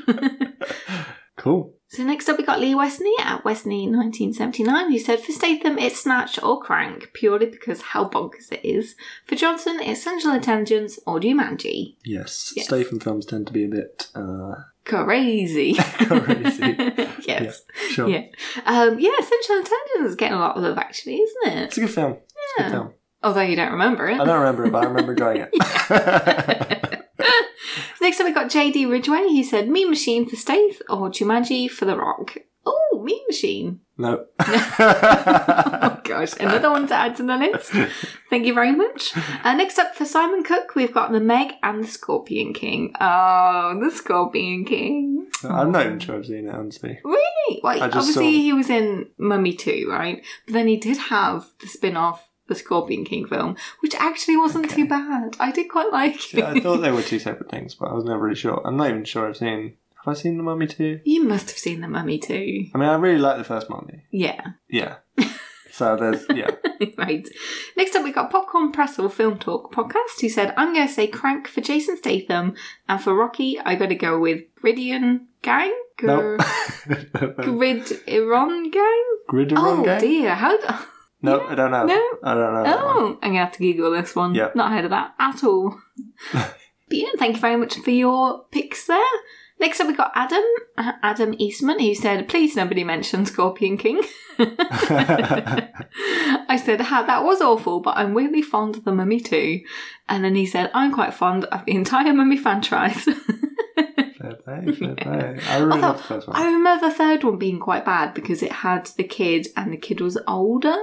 cool.
So next up, we got Lee Westney at Westney 1979, who said, For Statham, it's Snatch or Crank, purely because how bonkers it is. For Johnson, it's Central Intelligence or Jumanji.
Yes,
Yes.
Statham films tend to be a bit uh,
Crazy.
Crazy.
yes. Yeah.
sure.
Um, yeah, Central Intelligence is getting a lot of love, actually, isn't
It's
it?
a good film. It's a good film.
Although you don't remember it.
I don't remember it, but I remember enjoying it.
Next up, we got JD Ridgway, who said, Mean Machine for Stath or Jumanji for The Rock. Oh, Mean Machine.
no.
oh gosh, another one to add to the list. Thank you very much. Uh, next up for Simon Cook, we've got the Meg and the Scorpion King. Oh, the Scorpion King.
I'm not even sure I've seen it, honestly.
Really? Well,
I just
obviously
saw-
he was in Mummy 2, right? But then he did have the spin-off, the Scorpion King film, which actually wasn't too bad. I did quite like it.
Yeah, I thought they were two separate things, but I was never really sure. I'm not even sure I've seen. Have I seen The Mummy too?
You must have seen the Mummy 2.
I mean, I really like the first Mummy.
Yeah.
Yeah. So there's yeah.
right. Next up, we got Popcorn Pressel Film Talk podcast, who said, I'm going to say crank for Jason Statham, and for Rocky, I got to go with Gridian Gang?
Nope.
Gr- Grid Iron Gang?
Gridiron
oh,
Gang?
dear. How. d-
No, I don't know.
No.
I don't know. that one.
Oh, I'm going to have to Google this one.
Yep.
Not heard of that at all. but yeah, thank you very much for your picks there. Next up, we got Adam, uh, Adam Eastman, who said, Please nobody mention Scorpion King. Oh. I said, "Ha, that was awful, but I'm weirdly fond of the mummy too. And then he said, I'm quite fond of the entire mummy franchise.
Fair play, fair play. I really
Although,
love the first one.
I
I,
remember the third one being quite bad because it had the kid and the kid was older.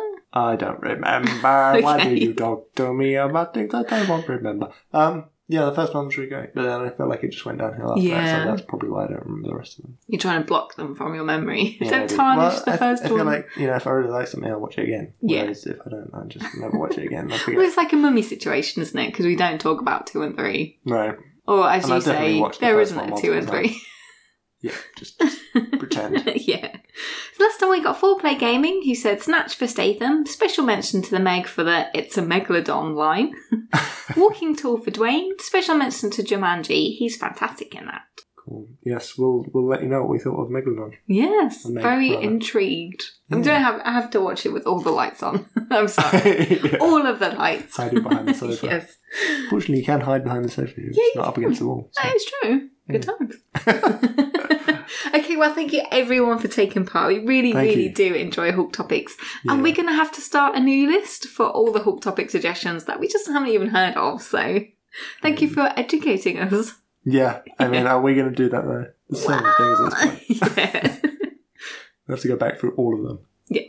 don't remember. Why do
Okay.
you talk to me about things that I won't remember? Um, yeah, the first one was really great, but then I felt like it just went downhill after that,
Yeah.
so that's probably why I don't remember the rest of them.
You're trying to block them from your memory.
Yeah,
Don't
maybe.
tarnish
Well,
the
I,
first
I
one.
feel like, you know, if I really like something, I'll watch it again.
Yeah.
Whereas if I don't, I just never watch it again. I
well,
forget.
it's like a mummy situation, isn't it? Because we don't talk about two and three.
no.
Or as
And I
you
definitely
say,
watched the
there
first
isn't
one
a two and
multiple
three.
Yeah, just, just pretend.
yeah. Last time we got Foreplay Gaming, who said Snatch for Statham, special mention to the Meg for the It's a Megalodon line. Walking Tool for Dwayne, special mention to Jumanji, he's fantastic in that.
Cool. Yes, we'll we'll let you know what we thought of Megalodon.
Yes,
The Meg
very
brother.
intrigued. I'm gonna have I have to watch it with all the lights on. I'm sorry.
Yeah.
all of the lights.
Hiding behind the sofa.
yes.
Fortunately, you can hide behind the sofa. It's
you
not up against the wall. so-
That is true. Good times. okay, well, thank you everyone for taking part. We really,
Thank
really
you.
do enjoy Hulk topics.
Yeah.
And we're going to have to start a new list for all the Hulk topic suggestions that we just haven't even heard of. So thank
Mm.
you for educating us.
Yeah, I mean, are we going to do that though? There's so many things at this point.
Yeah.
We have to go back through all of them.
yes.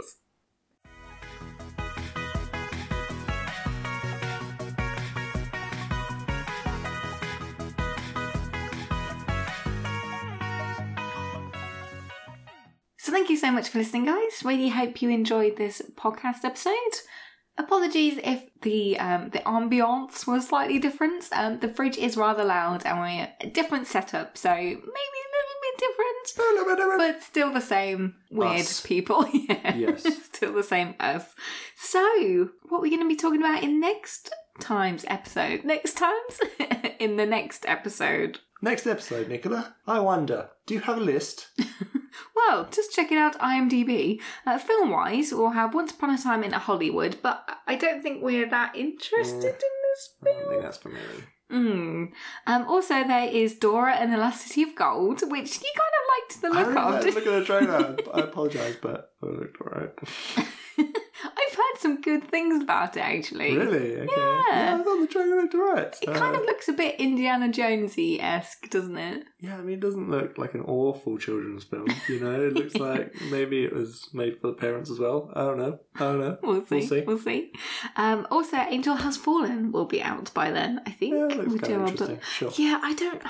So thank you so much for listening, guys. Really hope you enjoyed this podcast episode. Apologies if the um, the ambiance was slightly different. Um, the fridge is rather loud, and we're a different setup, so maybe a little bit different but still the same weird
Us.
people. Yeah.
Yes.
still the same us. So, what we're going to be talking about in next time's episode? Next time's? in the next episode.
Next episode, Nicola. I wonder, do you have a list?
Well, just check it out IMDb. Uh, film wise, we'll have Once Upon a Time in Hollywood, but I don't think we're that interested
Mm.
in this
I
film.
don't think that's for me.
Mm. Um, also, there is Dora and the Elasticity of Gold, which you kind of
I
liked the look
remember
of.
looking at the trailer. I apologise, but it looked alright.
I've heard some good things about it, actually.
Really? Okay.
Yeah.
I thought the trailer looked alright. Uh,
It kind of looks a bit Indiana Jonesy esque, doesn't it?
Yeah, I mean, it doesn't look like an awful children's film, you know? It looks like maybe it was made for the parents as well. I don't know. I don't know.
We'll see.
We'll see.
Um, also, Angel Has Fallen will be out by then. I think
Yeah, it looks
we
kind of
our
interesting.
book-
Sure.
Yeah, I don't.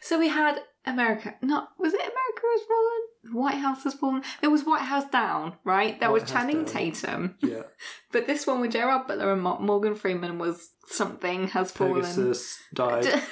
So we had America. Not was it America Has Fallen? White House Has Fallen. There was White House Down, right? That was
White House
Channing
Down.
Tatum.
Yeah.
But this one with Gerard Butler and Mo- Morgan Freeman was something has fallen.
Pegasus died.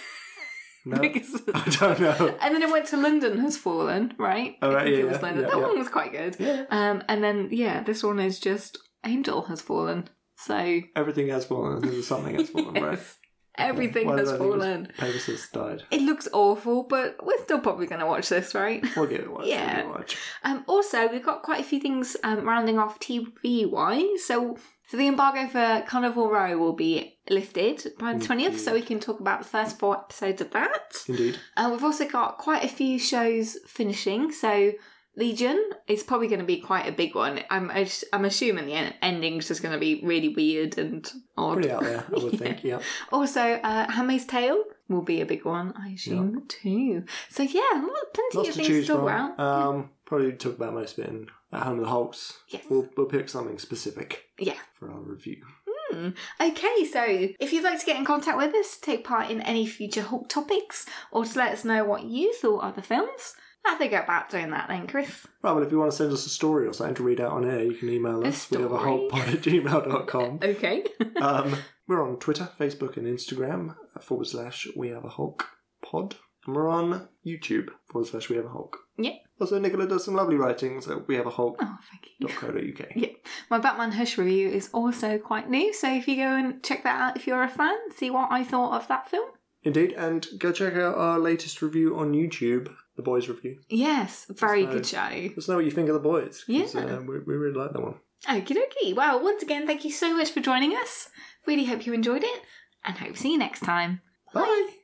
No?
Pegasus.
I don't know.
And then it went to London Has Fallen, right?
Oh,
I
right,
think
yeah,
it was
yeah,
London.
yeah,
that
yeah.
one was quite good.
Yeah.
Um, and then yeah, this one is just Angel Has Fallen. So
Everything has fallen. There's something has fallen, right?
yes, everything
Why
has
did I think it was
fallen.
Pegasus died.
It looks awful, but we're still probably going to watch this, right?
We'll give it a watch.
Yeah.
We'll give it a watch.
Um, also, we've got quite a few things um, rounding off TV wise. So, so the embargo for Carnival Row will be lifted by the twentieth, so we can talk about the first four episodes of that.
Indeed.
Uh, we've also got quite a few shows finishing. So Legion is probably going to be quite a big one. I'm ass- I'm assuming the en- ending's just going to be really weird and odd.
Pretty out there, I would think. Yeah.
Also, uh, Handmaid's Tale will be a big one, I assume too. So yeah, lot, plenty
Lots
of
to
things
choose
talk
from.
about.
Um, probably talk about most of it in At Home with the Hulks.
Yes.
We'll, we'll pick something specific
yeah. Hmm.
for our review.
Okay, so if you'd like to get in contact with us, take part in any future Hulk topics, or to let us know what you thought of the films, how they go about doing that then, Chris.
Right, but if you want to send us a story or something to read out on air, you can email us. We have a
story?
hulkpod at gmail.com.
Okay. Oh,
um, we're on Twitter, Facebook, and Instagram uh, forward slash we have a Hulk pod. And we're on YouTube forward slash we have a Hulk.
Yeah.
Also, Nicola does some lovely writings at we have a Hulk.
oh, thank you.
.co.uk.
Yeah, my Batman Hush review is also quite new, so if you go and check that out if you're a fan, see what I thought of that film.
Indeed, and go check out our latest review on YouTube, The Boys Review.
Yes, very
So-
good show.
Let us know what you think of The Boys. 'cause,
Yeah.
uh, we, we really like that one.
Okie dokie. Well, once again, thank you so much for joining us. Really hope you enjoyed it, and hope to see you next time.
Bye.